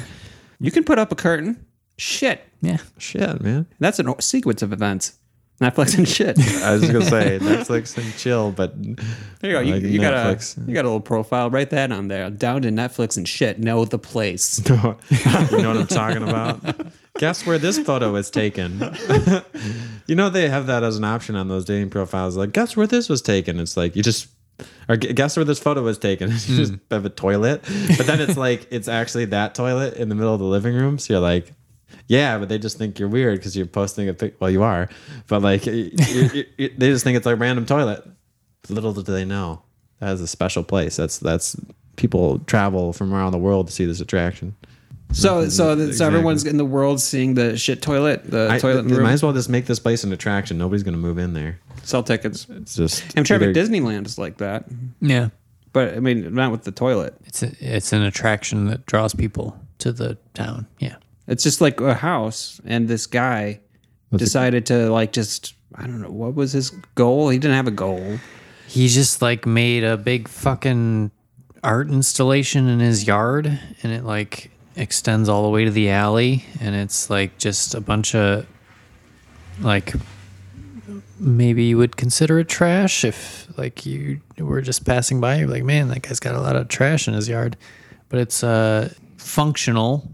Speaker 1: you can put up a curtain. Shit.
Speaker 3: yeah.
Speaker 2: Shit, man.
Speaker 1: That's a sequence of events. Netflix and shit.
Speaker 2: I was just gonna say Netflix and chill, but
Speaker 1: There you go. You,
Speaker 2: Like
Speaker 1: you got
Speaker 2: Netflix.
Speaker 1: a you got a little profile. Write that on there. Down to Netflix and shit. Know the place.
Speaker 2: you know what I'm talking about. Guess where this photo was taken? you know they have that as an option on those dating profiles. Like, guess where this was taken? It's like you just or gu- guess where this photo was taken. you just have a toilet, but then it's like it's actually that toilet in the middle of the living room. So you're like. Yeah, but they just think you're weird because you're posting a pic. Well, you are, but like you you- you- they just think it's a random toilet. Little do they know that is a special place. That's that's people travel from around the world to see this attraction.
Speaker 1: So so th- so
Speaker 2: Exactly.
Speaker 1: everyone's in the world seeing the shit toilet. The
Speaker 2: I,
Speaker 1: toilet in the
Speaker 2: they
Speaker 1: room.
Speaker 2: might as well just make this place an attraction. Nobody's gonna move in there.
Speaker 1: Sell tickets.
Speaker 2: It's just
Speaker 1: I'm sure
Speaker 2: either-
Speaker 1: if Disneyland is like that,
Speaker 3: Yeah.
Speaker 1: but I mean not with the toilet.
Speaker 3: It's a, it's an attraction that draws people to the town. Yeah.
Speaker 1: It's just like a house, and this guy decided to like just I don't know what was his goal. He didn't have a goal.
Speaker 3: He just like made a big fucking art installation in his yard and it like extends all the way to the alley and it's like just a bunch of like maybe you would consider it trash if like you were just passing by you're like man that guy's got a lot of trash in his yard but it's uh functional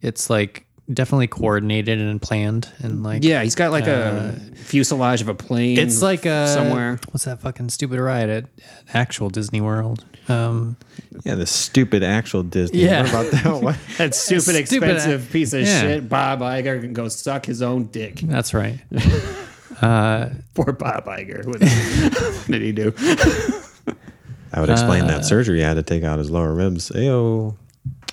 Speaker 3: it's like definitely coordinated and planned and like
Speaker 1: Yeah, he's got like a fuselage of Um, a plane.
Speaker 3: it's like a
Speaker 1: somewhere.
Speaker 3: What's that fucking stupid ride at, at actual Disney World? Um,
Speaker 2: yeah, the stupid actual Disney.
Speaker 3: Yeah.
Speaker 2: What about that one?
Speaker 1: That stupid,
Speaker 3: Stupid, uh,
Speaker 1: expensive piece of
Speaker 3: yeah.
Speaker 1: shit. Bob Iger can go suck his own dick.
Speaker 3: that's right.
Speaker 1: Poor Bob Iger. What what did he do?
Speaker 2: I would explain
Speaker 1: Uh,
Speaker 2: that surgery I had to take out his lower ribs. Ayo.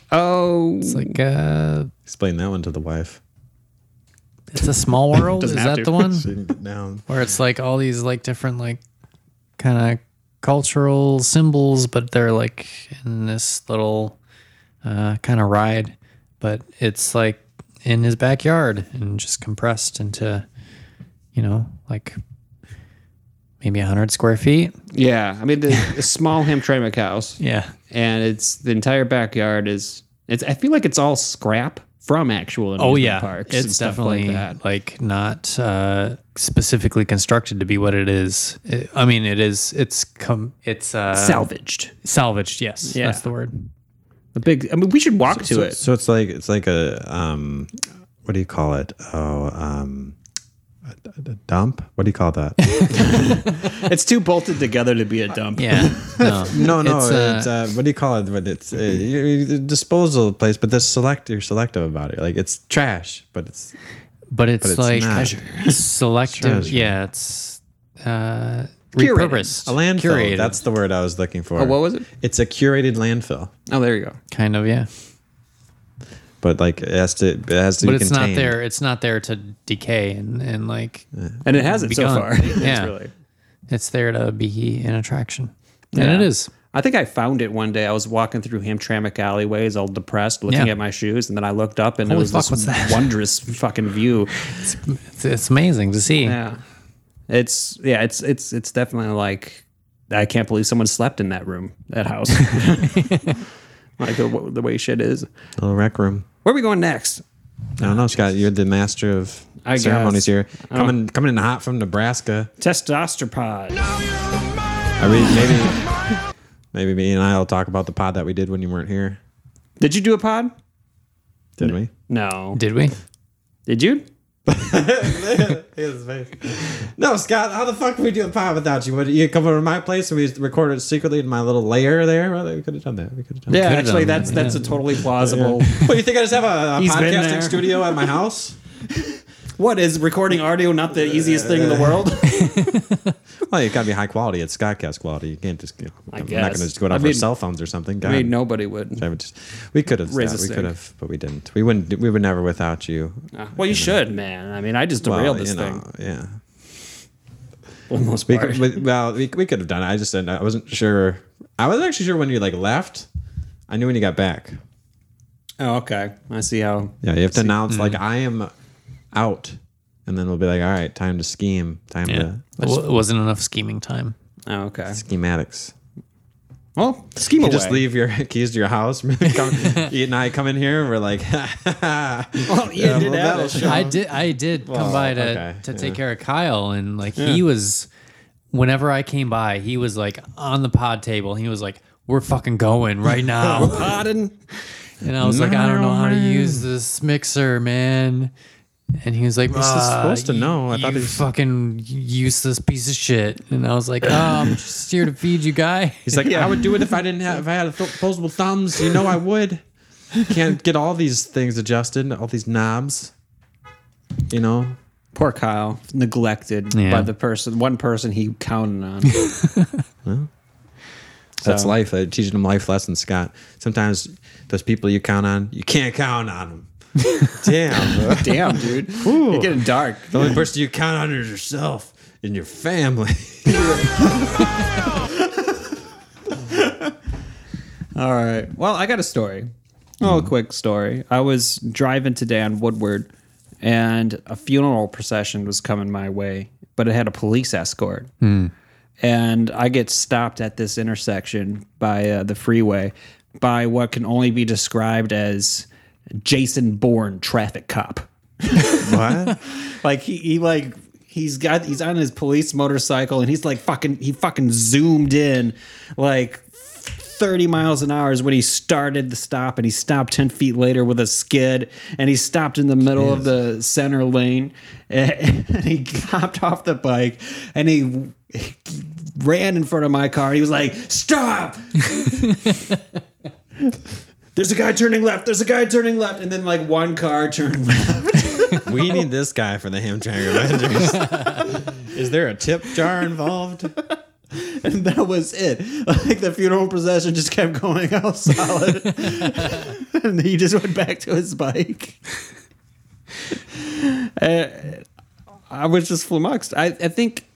Speaker 1: Oh,
Speaker 3: It's like uh,
Speaker 2: Explain that one to the wife.
Speaker 3: it's a small world. Is
Speaker 1: Doesn't have to.
Speaker 3: that the one
Speaker 2: She didn't get down.
Speaker 3: where it's like all these like different like kind of cultural symbols, but they're like in this little uh, kind of ride, but it's like in his backyard and just compressed into, you know, like maybe hundred square feet.
Speaker 1: yeah. I mean, the, the small Hamtramck house,
Speaker 3: Yeah.
Speaker 1: and it's the entire backyard is. It's. I feel like it's all scrap from actual. Amusement
Speaker 3: Oh yeah,
Speaker 1: parks and
Speaker 3: it's
Speaker 1: stuff
Speaker 3: definitely
Speaker 1: like
Speaker 3: like,
Speaker 1: that.
Speaker 3: not uh, specifically constructed to be what it is. It, I mean, it is. It's com- It's uh,
Speaker 1: salvaged.
Speaker 3: salvaged. Yes,
Speaker 1: Yeah.
Speaker 3: that's the word.
Speaker 1: A big. I mean, we should walk to
Speaker 2: so,
Speaker 1: it.
Speaker 2: So it's like it's like a um, what do you call it? Oh, um, a, a dump. What do you call that?
Speaker 1: it's too bolted together to be a dump.
Speaker 3: Yeah, no,
Speaker 2: No, no.
Speaker 3: It's,
Speaker 2: It's,
Speaker 3: uh,
Speaker 2: uh, what do you call it? But it's uh, you- you- disposal place. But this select you're selective about it. Like it's trash, but it's
Speaker 3: but it's,
Speaker 2: it's
Speaker 3: like
Speaker 2: not.
Speaker 3: selective.
Speaker 2: Treasure.
Speaker 3: Yeah, it's uh,
Speaker 1: Curated.
Speaker 3: repurposed,
Speaker 2: a landfill.
Speaker 3: curated,
Speaker 2: That's the word I was looking for.
Speaker 1: Oh, what was it?
Speaker 2: It's a curated landfill,
Speaker 1: Oh, there you go.
Speaker 3: kind of yeah.
Speaker 2: but like it has to it has to
Speaker 3: But
Speaker 2: be
Speaker 3: it's not
Speaker 2: contained.
Speaker 3: there. It's not there to decay and and like
Speaker 1: And it hasn't so
Speaker 3: Begun.
Speaker 1: far.
Speaker 3: Yeah.
Speaker 1: It's really.
Speaker 3: it's there to be an attraction,
Speaker 1: Yeah.
Speaker 3: and it is.
Speaker 1: I think I found it one day. I was walking through Hamtramck alleyways, all depressed, looking
Speaker 3: Yeah.
Speaker 1: at my shoes, and then I looked up and
Speaker 3: Holy
Speaker 1: it was
Speaker 3: fuck,
Speaker 1: this
Speaker 3: what's that?
Speaker 1: wondrous fucking view.
Speaker 3: It's, it's amazing to see.
Speaker 1: Yeah, it's yeah, it's it's it's definitely like I can't believe someone slept in that room, that house. like the, w- the way shit is.
Speaker 2: little rec room.
Speaker 1: Where are we going next?
Speaker 2: I don't know, Scott. You're the master of
Speaker 1: I
Speaker 2: ceremonies
Speaker 1: guess.
Speaker 2: here. Coming coming in hot from Nebraska.
Speaker 1: Testosteropod.
Speaker 2: I mean, maybe maybe me and I will talk about the pod that we did when you weren't here.
Speaker 1: Did you do a pod?
Speaker 2: Did we?
Speaker 1: No.
Speaker 3: Did we?
Speaker 1: Did you?
Speaker 2: No, Scott. How the fuck can we do a pod without you? Would you come over to my place and we recorded secretly in my little lair there? Well, we could have done that. We could have done.
Speaker 1: Yeah,
Speaker 3: could've
Speaker 1: actually,
Speaker 3: done
Speaker 1: that's
Speaker 3: that,
Speaker 1: that's a totally plausible.
Speaker 2: That. What you think? I just have a, a
Speaker 1: He's been
Speaker 2: podcasting
Speaker 1: there.
Speaker 2: studio at my house.
Speaker 1: What is recording audio not the easiest thing in the world?
Speaker 2: Well, you got to be high quality. It's Scottcast quality. You can't just. You know, I am not
Speaker 1: guess.
Speaker 2: going to just go
Speaker 1: I
Speaker 2: down for
Speaker 1: mean-
Speaker 2: cell phones or something. God.
Speaker 1: I mean, nobody would.
Speaker 2: I would just, we could have.
Speaker 1: Raise
Speaker 2: yeah,
Speaker 1: a
Speaker 2: we
Speaker 1: stink.
Speaker 2: could have, but we didn't. We wouldn't. do- We would never without you.
Speaker 1: Well, you should, man. I mean, I just
Speaker 2: Well,
Speaker 1: derailed this
Speaker 2: you know,
Speaker 1: thing.
Speaker 2: yeah.
Speaker 1: Almost
Speaker 2: We
Speaker 1: barred.
Speaker 2: could, we, well, we, we could have done it. I just didn't, I wasn't sure. I wasn't actually sure when you like left. I knew when you got back.
Speaker 1: Oh, okay. I see mm-hmm. how.
Speaker 2: Yeah, you have to announce like I am out, and then we'll be like, all right, time to scheme, time
Speaker 3: Yeah.
Speaker 2: to
Speaker 3: Well, it wasn't enough scheming time.
Speaker 1: Oh, okay.
Speaker 2: schematics.
Speaker 1: Well, scheme
Speaker 2: You
Speaker 1: away.
Speaker 2: just leave your keys to your house. come, you and I come in here, and we're like,
Speaker 1: Well, Oh, you
Speaker 2: Um,
Speaker 1: did have it.
Speaker 3: I did. I did come by to
Speaker 2: okay,
Speaker 3: to take care of Kyle, and like he was. Whenever I came by, he was like on the pod table. He was like, "We're fucking going right now,"
Speaker 1: Pardon?
Speaker 3: and I was like, "I don't know how to use this mixer, man." And he was like, "This
Speaker 2: is supposed to know." I
Speaker 3: you
Speaker 2: thought he was-
Speaker 3: fucking useless piece of shit." And I was like, "Oh, I'm just here to feed you, guy."
Speaker 2: He's like, I would do it if I didn't have, if I had opposable thumbs. You know, I would. Can't get all these things adjusted, all these knobs. You know,
Speaker 1: Poor Kyle, neglected
Speaker 3: Yeah.
Speaker 1: by the person, one person he counted on.
Speaker 2: that's
Speaker 1: So-
Speaker 2: life. I teaching them life lessons, Scott. Sometimes those people you count on, you can't count on them. Damn. bro.
Speaker 1: Damn, dude, you're getting dark.
Speaker 2: The only person you count on is yourself and your family.
Speaker 1: All right. Well, I got a story. Oh, a quick story. I was driving today on Woodward, and a funeral procession was coming my way, but it had a police escort. And I get stopped at this intersection by uh, the freeway by what can only be described as Jason Bourne traffic cop
Speaker 2: what?
Speaker 1: like he, he like he's got he's on his police motorcycle and he's like fucking he fucking zoomed in like 30 miles an hour is when he started the stop and he stopped 10 feet later with a skid and he stopped in the middle of the center lane and, and he hopped off the bike and he, he ran in front of my car and he was like stop there's a guy turning left there's a guy turning left and then like one car turned left
Speaker 2: We need this guy for the hamburger vendors. is there a tip jar involved?
Speaker 1: and that was it. Like the funeral procession just kept going out solid, and he just went back to his bike. Uh, I was just flummoxed. I, I think,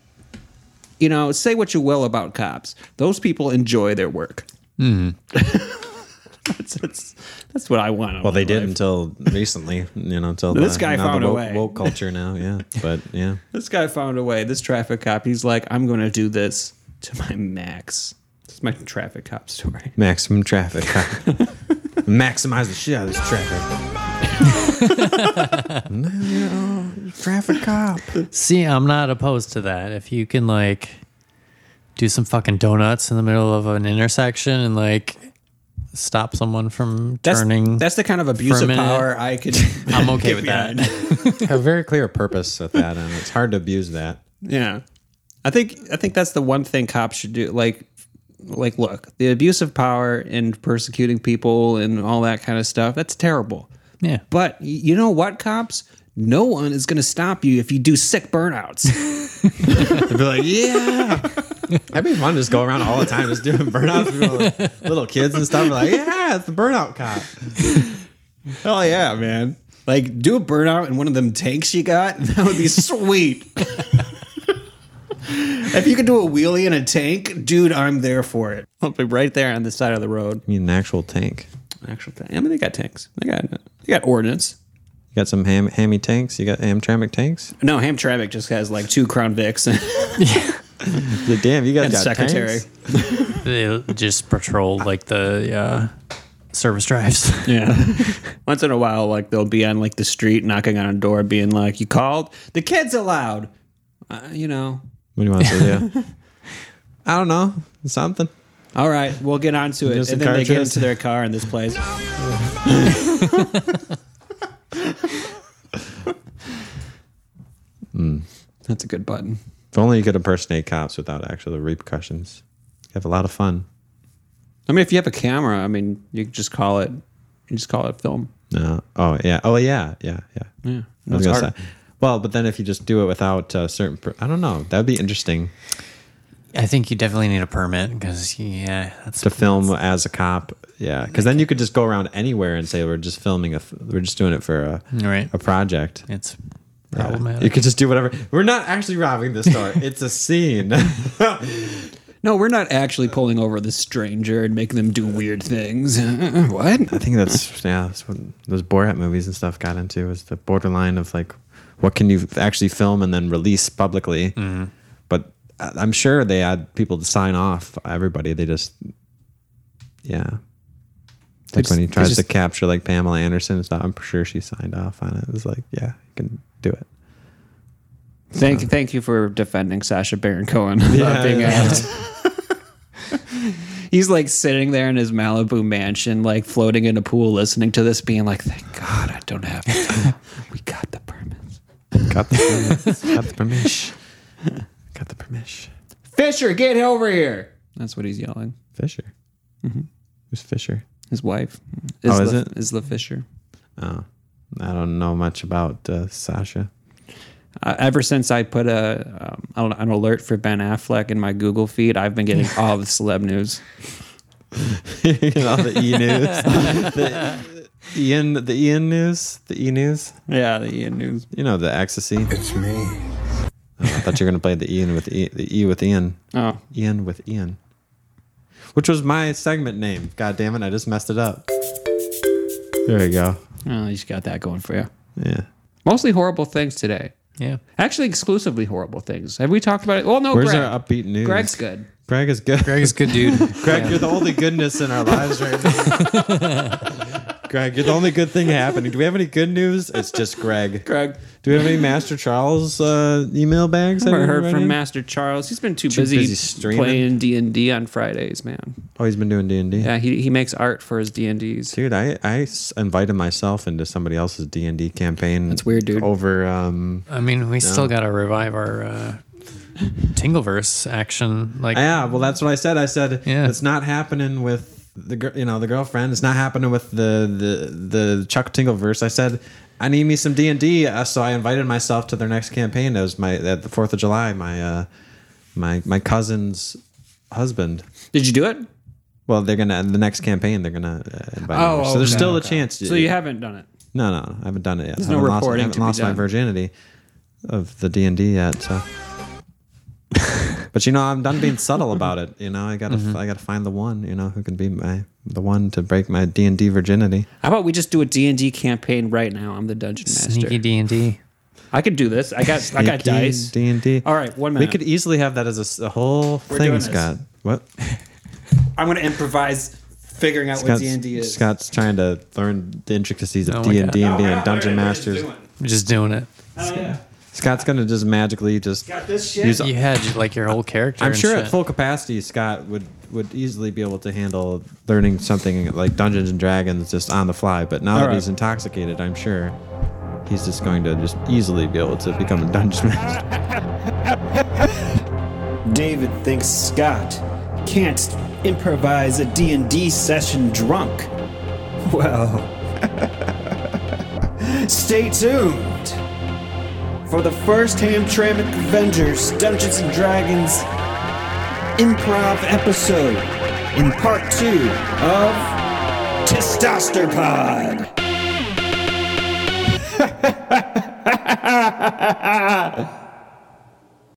Speaker 1: you know, say what you will about cops, those people enjoy their work.
Speaker 2: Mm-hmm.
Speaker 1: that's, that's that's what I want.
Speaker 2: Well, they did until recently, you know, until
Speaker 1: This
Speaker 2: the-
Speaker 1: guy
Speaker 2: now the
Speaker 1: found a
Speaker 2: woke,
Speaker 1: way.
Speaker 2: woke culture now, yeah. But yeah,
Speaker 1: This guy found a way. This traffic cop, he's like, I'm going to do this to my max. It's my traffic cop story.
Speaker 2: maximum traffic, maximize the shit out of this traffic. traffic cop.
Speaker 3: See, I'm not opposed to that. If you can like do some fucking donuts in the middle of an intersection and like stop someone from turning,
Speaker 1: That's the kind of abuse
Speaker 3: for a
Speaker 1: of
Speaker 3: minute.
Speaker 1: power I could.
Speaker 3: I'm okay with that.
Speaker 2: Have a very clear purpose with that, and it's hard to abuse that.
Speaker 1: yeah, I think I think that's the one thing cops should do. Like, like look, the abuse of power and persecuting people and all that kind of stuff. That's terrible.
Speaker 3: Yeah.
Speaker 1: But y- you know what, cops? No one is going to stop you if you do sick burnouts.
Speaker 2: They'd be like, yeah. That'd be fun to just go around all the time just doing burnouts with little, little kids and stuff. Like, yeah, it's the burnout cop.
Speaker 1: Hell Oh, yeah, man! Like, do a burnout in one of them tanks you got. That would be sweet. if you could do a wheelie in a tank, dude, I'm there for it. I'll be right there on the side of the road.
Speaker 2: You need an actual tank.
Speaker 1: actual thing. I mean, they got tanks. They got they got ordnance.
Speaker 2: You got some ham, hammy tanks? You got Hamtramck tanks?
Speaker 1: No, Hamtramck just has like two Crown Vics and,
Speaker 2: Like, damn, you guys
Speaker 1: and
Speaker 2: got
Speaker 1: secretary.
Speaker 2: tanks?
Speaker 3: They just patrol like the uh, service drives.
Speaker 1: Yeah. Once in a while, like they'll be on like the street knocking on a door, being like, "You called? The kids allowed." Uh, you know.
Speaker 2: What do you want to do? I don't know. Something.
Speaker 1: All right, we'll get on to it,
Speaker 2: Just
Speaker 1: and then they
Speaker 2: encourage
Speaker 1: get
Speaker 2: us.
Speaker 1: into their car in this place. Hmm. That's a good button.
Speaker 2: If only you could impersonate cops without actual repercussions. You have a lot of fun.
Speaker 1: I mean, if you have a camera, I mean, you could just call it, you just call it film.
Speaker 2: No. Oh yeah. Oh yeah. Yeah. Yeah.
Speaker 1: Yeah,
Speaker 2: I was
Speaker 1: that's
Speaker 2: gonna
Speaker 1: hard.
Speaker 2: say. Well, but then if you just do it without uh, certain, per- I don't know. That'd be interesting
Speaker 3: I think you definitely need a permit because yeah, that's
Speaker 2: to film as a cop. Yeah, because then you could just go around anywhere and say we're just filming a, f- we're just doing it for a,
Speaker 3: Right.
Speaker 2: a project.
Speaker 3: it's
Speaker 2: Yeah.
Speaker 3: problematic.
Speaker 2: You could just do whatever. We're not actually robbing the store. it's a scene.
Speaker 1: No, we're not actually pulling over the stranger and making them do weird things. what?
Speaker 2: I think that's yeah, that's what those Borat movies and stuff got into is the borderline of like, what can you actually film and then release publicly? But I- I'm sure they had people to sign off. Everybody, they just yeah,
Speaker 1: They
Speaker 2: like
Speaker 1: just-
Speaker 2: when he
Speaker 1: they
Speaker 2: tries to
Speaker 1: just-
Speaker 2: capture like Pamela Anderson and stuff. I'm sure she signed off on it. It was like yeah, you can do it.
Speaker 1: Thank, thank you for defending Sasha Baron Cohen about
Speaker 2: Yeah,
Speaker 1: being
Speaker 2: yeah.
Speaker 1: out. He's like sitting there in his Malibu mansion, like floating in a pool, listening to this, being like, "Thank God I don't have. To. we got the permits."
Speaker 2: Got the permission. Got the permission. Got the permission.
Speaker 1: Fisher, get over here. That's what he's yelling.
Speaker 2: Fisher. Mm-hmm. Who's Fisher?
Speaker 1: His wife.
Speaker 2: Oh, is
Speaker 1: Isla-
Speaker 2: it?
Speaker 1: Isla Fisher.
Speaker 2: Oh, I don't know much about uh, Sasha.
Speaker 1: Uh, ever since I put a um, I don't know, an alert for Ben Affleck in my Google feed, I've been getting all the celeb news.
Speaker 2: and all the E news, the Ian, the Ian news, the E news.
Speaker 1: Yeah, the Ian news.
Speaker 2: You know the ecstasy. It's me. I thought you were gonna play the Ian with e, the E with Ian,
Speaker 1: Oh,
Speaker 2: Ian with Ian, which was my segment name. God damn it, I just messed it up. There you go.
Speaker 1: oh, you just got that going for you.
Speaker 2: Yeah.
Speaker 1: Mostly horrible things today.
Speaker 3: yeah.
Speaker 1: Actually, exclusively horrible things. Have we talked about it? Well, no,
Speaker 2: Where's
Speaker 1: Oh, Greg.
Speaker 2: our upbeat news?
Speaker 1: Greg's good.
Speaker 2: Greg is good. Greg,
Speaker 3: Greg's a good dude.
Speaker 2: you're the only goodness in our lives right now. Greg, you're the only good thing happening. Do we have any good news? It's just Greg.
Speaker 1: Greg.
Speaker 2: Do we have any Master Charles uh, email bags?
Speaker 1: Never
Speaker 2: anyone
Speaker 1: heard
Speaker 2: write
Speaker 1: from
Speaker 2: in?
Speaker 1: Master Charles. He's been too,
Speaker 2: Too
Speaker 1: busy,
Speaker 2: busy streaming.
Speaker 1: playing D and D on Fridays, man.
Speaker 2: Oh, he's been doing D and D.
Speaker 1: Yeah, he, he makes art for his D and Ds.
Speaker 2: Dude, I, I s- invited myself into somebody else's D and D campaign.
Speaker 1: That's weird, dude.
Speaker 2: Over um,
Speaker 3: I mean, we still got to revive our uh, Tingleverse action. Like,
Speaker 2: yeah. Well, that's what I said. I said
Speaker 3: Yeah.
Speaker 2: it's not happening with the gir- you know the girlfriend. It's not happening with the the the Chuck Tingle verse. I said I need me some D and D. Uh, So I invited myself to their next campaign. That was my at the Fourth of July. My uh, my my cousin's husband.
Speaker 1: Did you do it?
Speaker 2: Well, they're gonna the next campaign. They're gonna uh, invite. me
Speaker 1: Oh,
Speaker 2: over. so there's
Speaker 1: okay,
Speaker 2: still a chance.
Speaker 1: So you haven't done it.
Speaker 2: No, no, no, I haven't done it yet. There's
Speaker 1: no
Speaker 2: lost,
Speaker 1: recording
Speaker 2: I haven't
Speaker 1: to be
Speaker 2: lost my
Speaker 1: done.
Speaker 2: virginity of the D and D yet. So, but you know, I'm done being subtle about it. You know, I gotta,
Speaker 1: Mm-hmm.
Speaker 2: I gotta find the one. You know, who can be my the one to break my D and D virginity.
Speaker 1: How about we just do a D and D campaign right now? I'm the dungeon master.
Speaker 3: sneaky D and D.
Speaker 1: I could do this. I got I got dice.
Speaker 2: D and D.
Speaker 1: All right, one
Speaker 2: We
Speaker 1: minute.
Speaker 2: could easily have that as a s- a, whole thing,
Speaker 1: doing this.
Speaker 2: Scott. What?
Speaker 1: I'm gonna improvise figuring out what
Speaker 2: Scott's,
Speaker 1: D&D is.
Speaker 2: Scott's trying to learn the intricacies of
Speaker 3: Oh my
Speaker 2: D and D
Speaker 3: God.
Speaker 2: and being a dungeon master.
Speaker 3: We're just doing it.
Speaker 2: Scott's gonna just magically just use
Speaker 3: You had like your whole character.
Speaker 2: I'm
Speaker 3: and
Speaker 2: sure
Speaker 3: shit.
Speaker 2: at full capacity, Scott would would easily be able to handle learning something like Dungeons and Dragons just on the fly. But now that
Speaker 1: right.
Speaker 2: he's intoxicated, I'm sure he's just going to just easily be able to become a dungeon master.
Speaker 8: David thinks Scott can't improvise a D&D session drunk. Well, stay tuned for the first Hamtramck Avengers Dungeons and Dragons improv episode in part 2 of Testosterpod.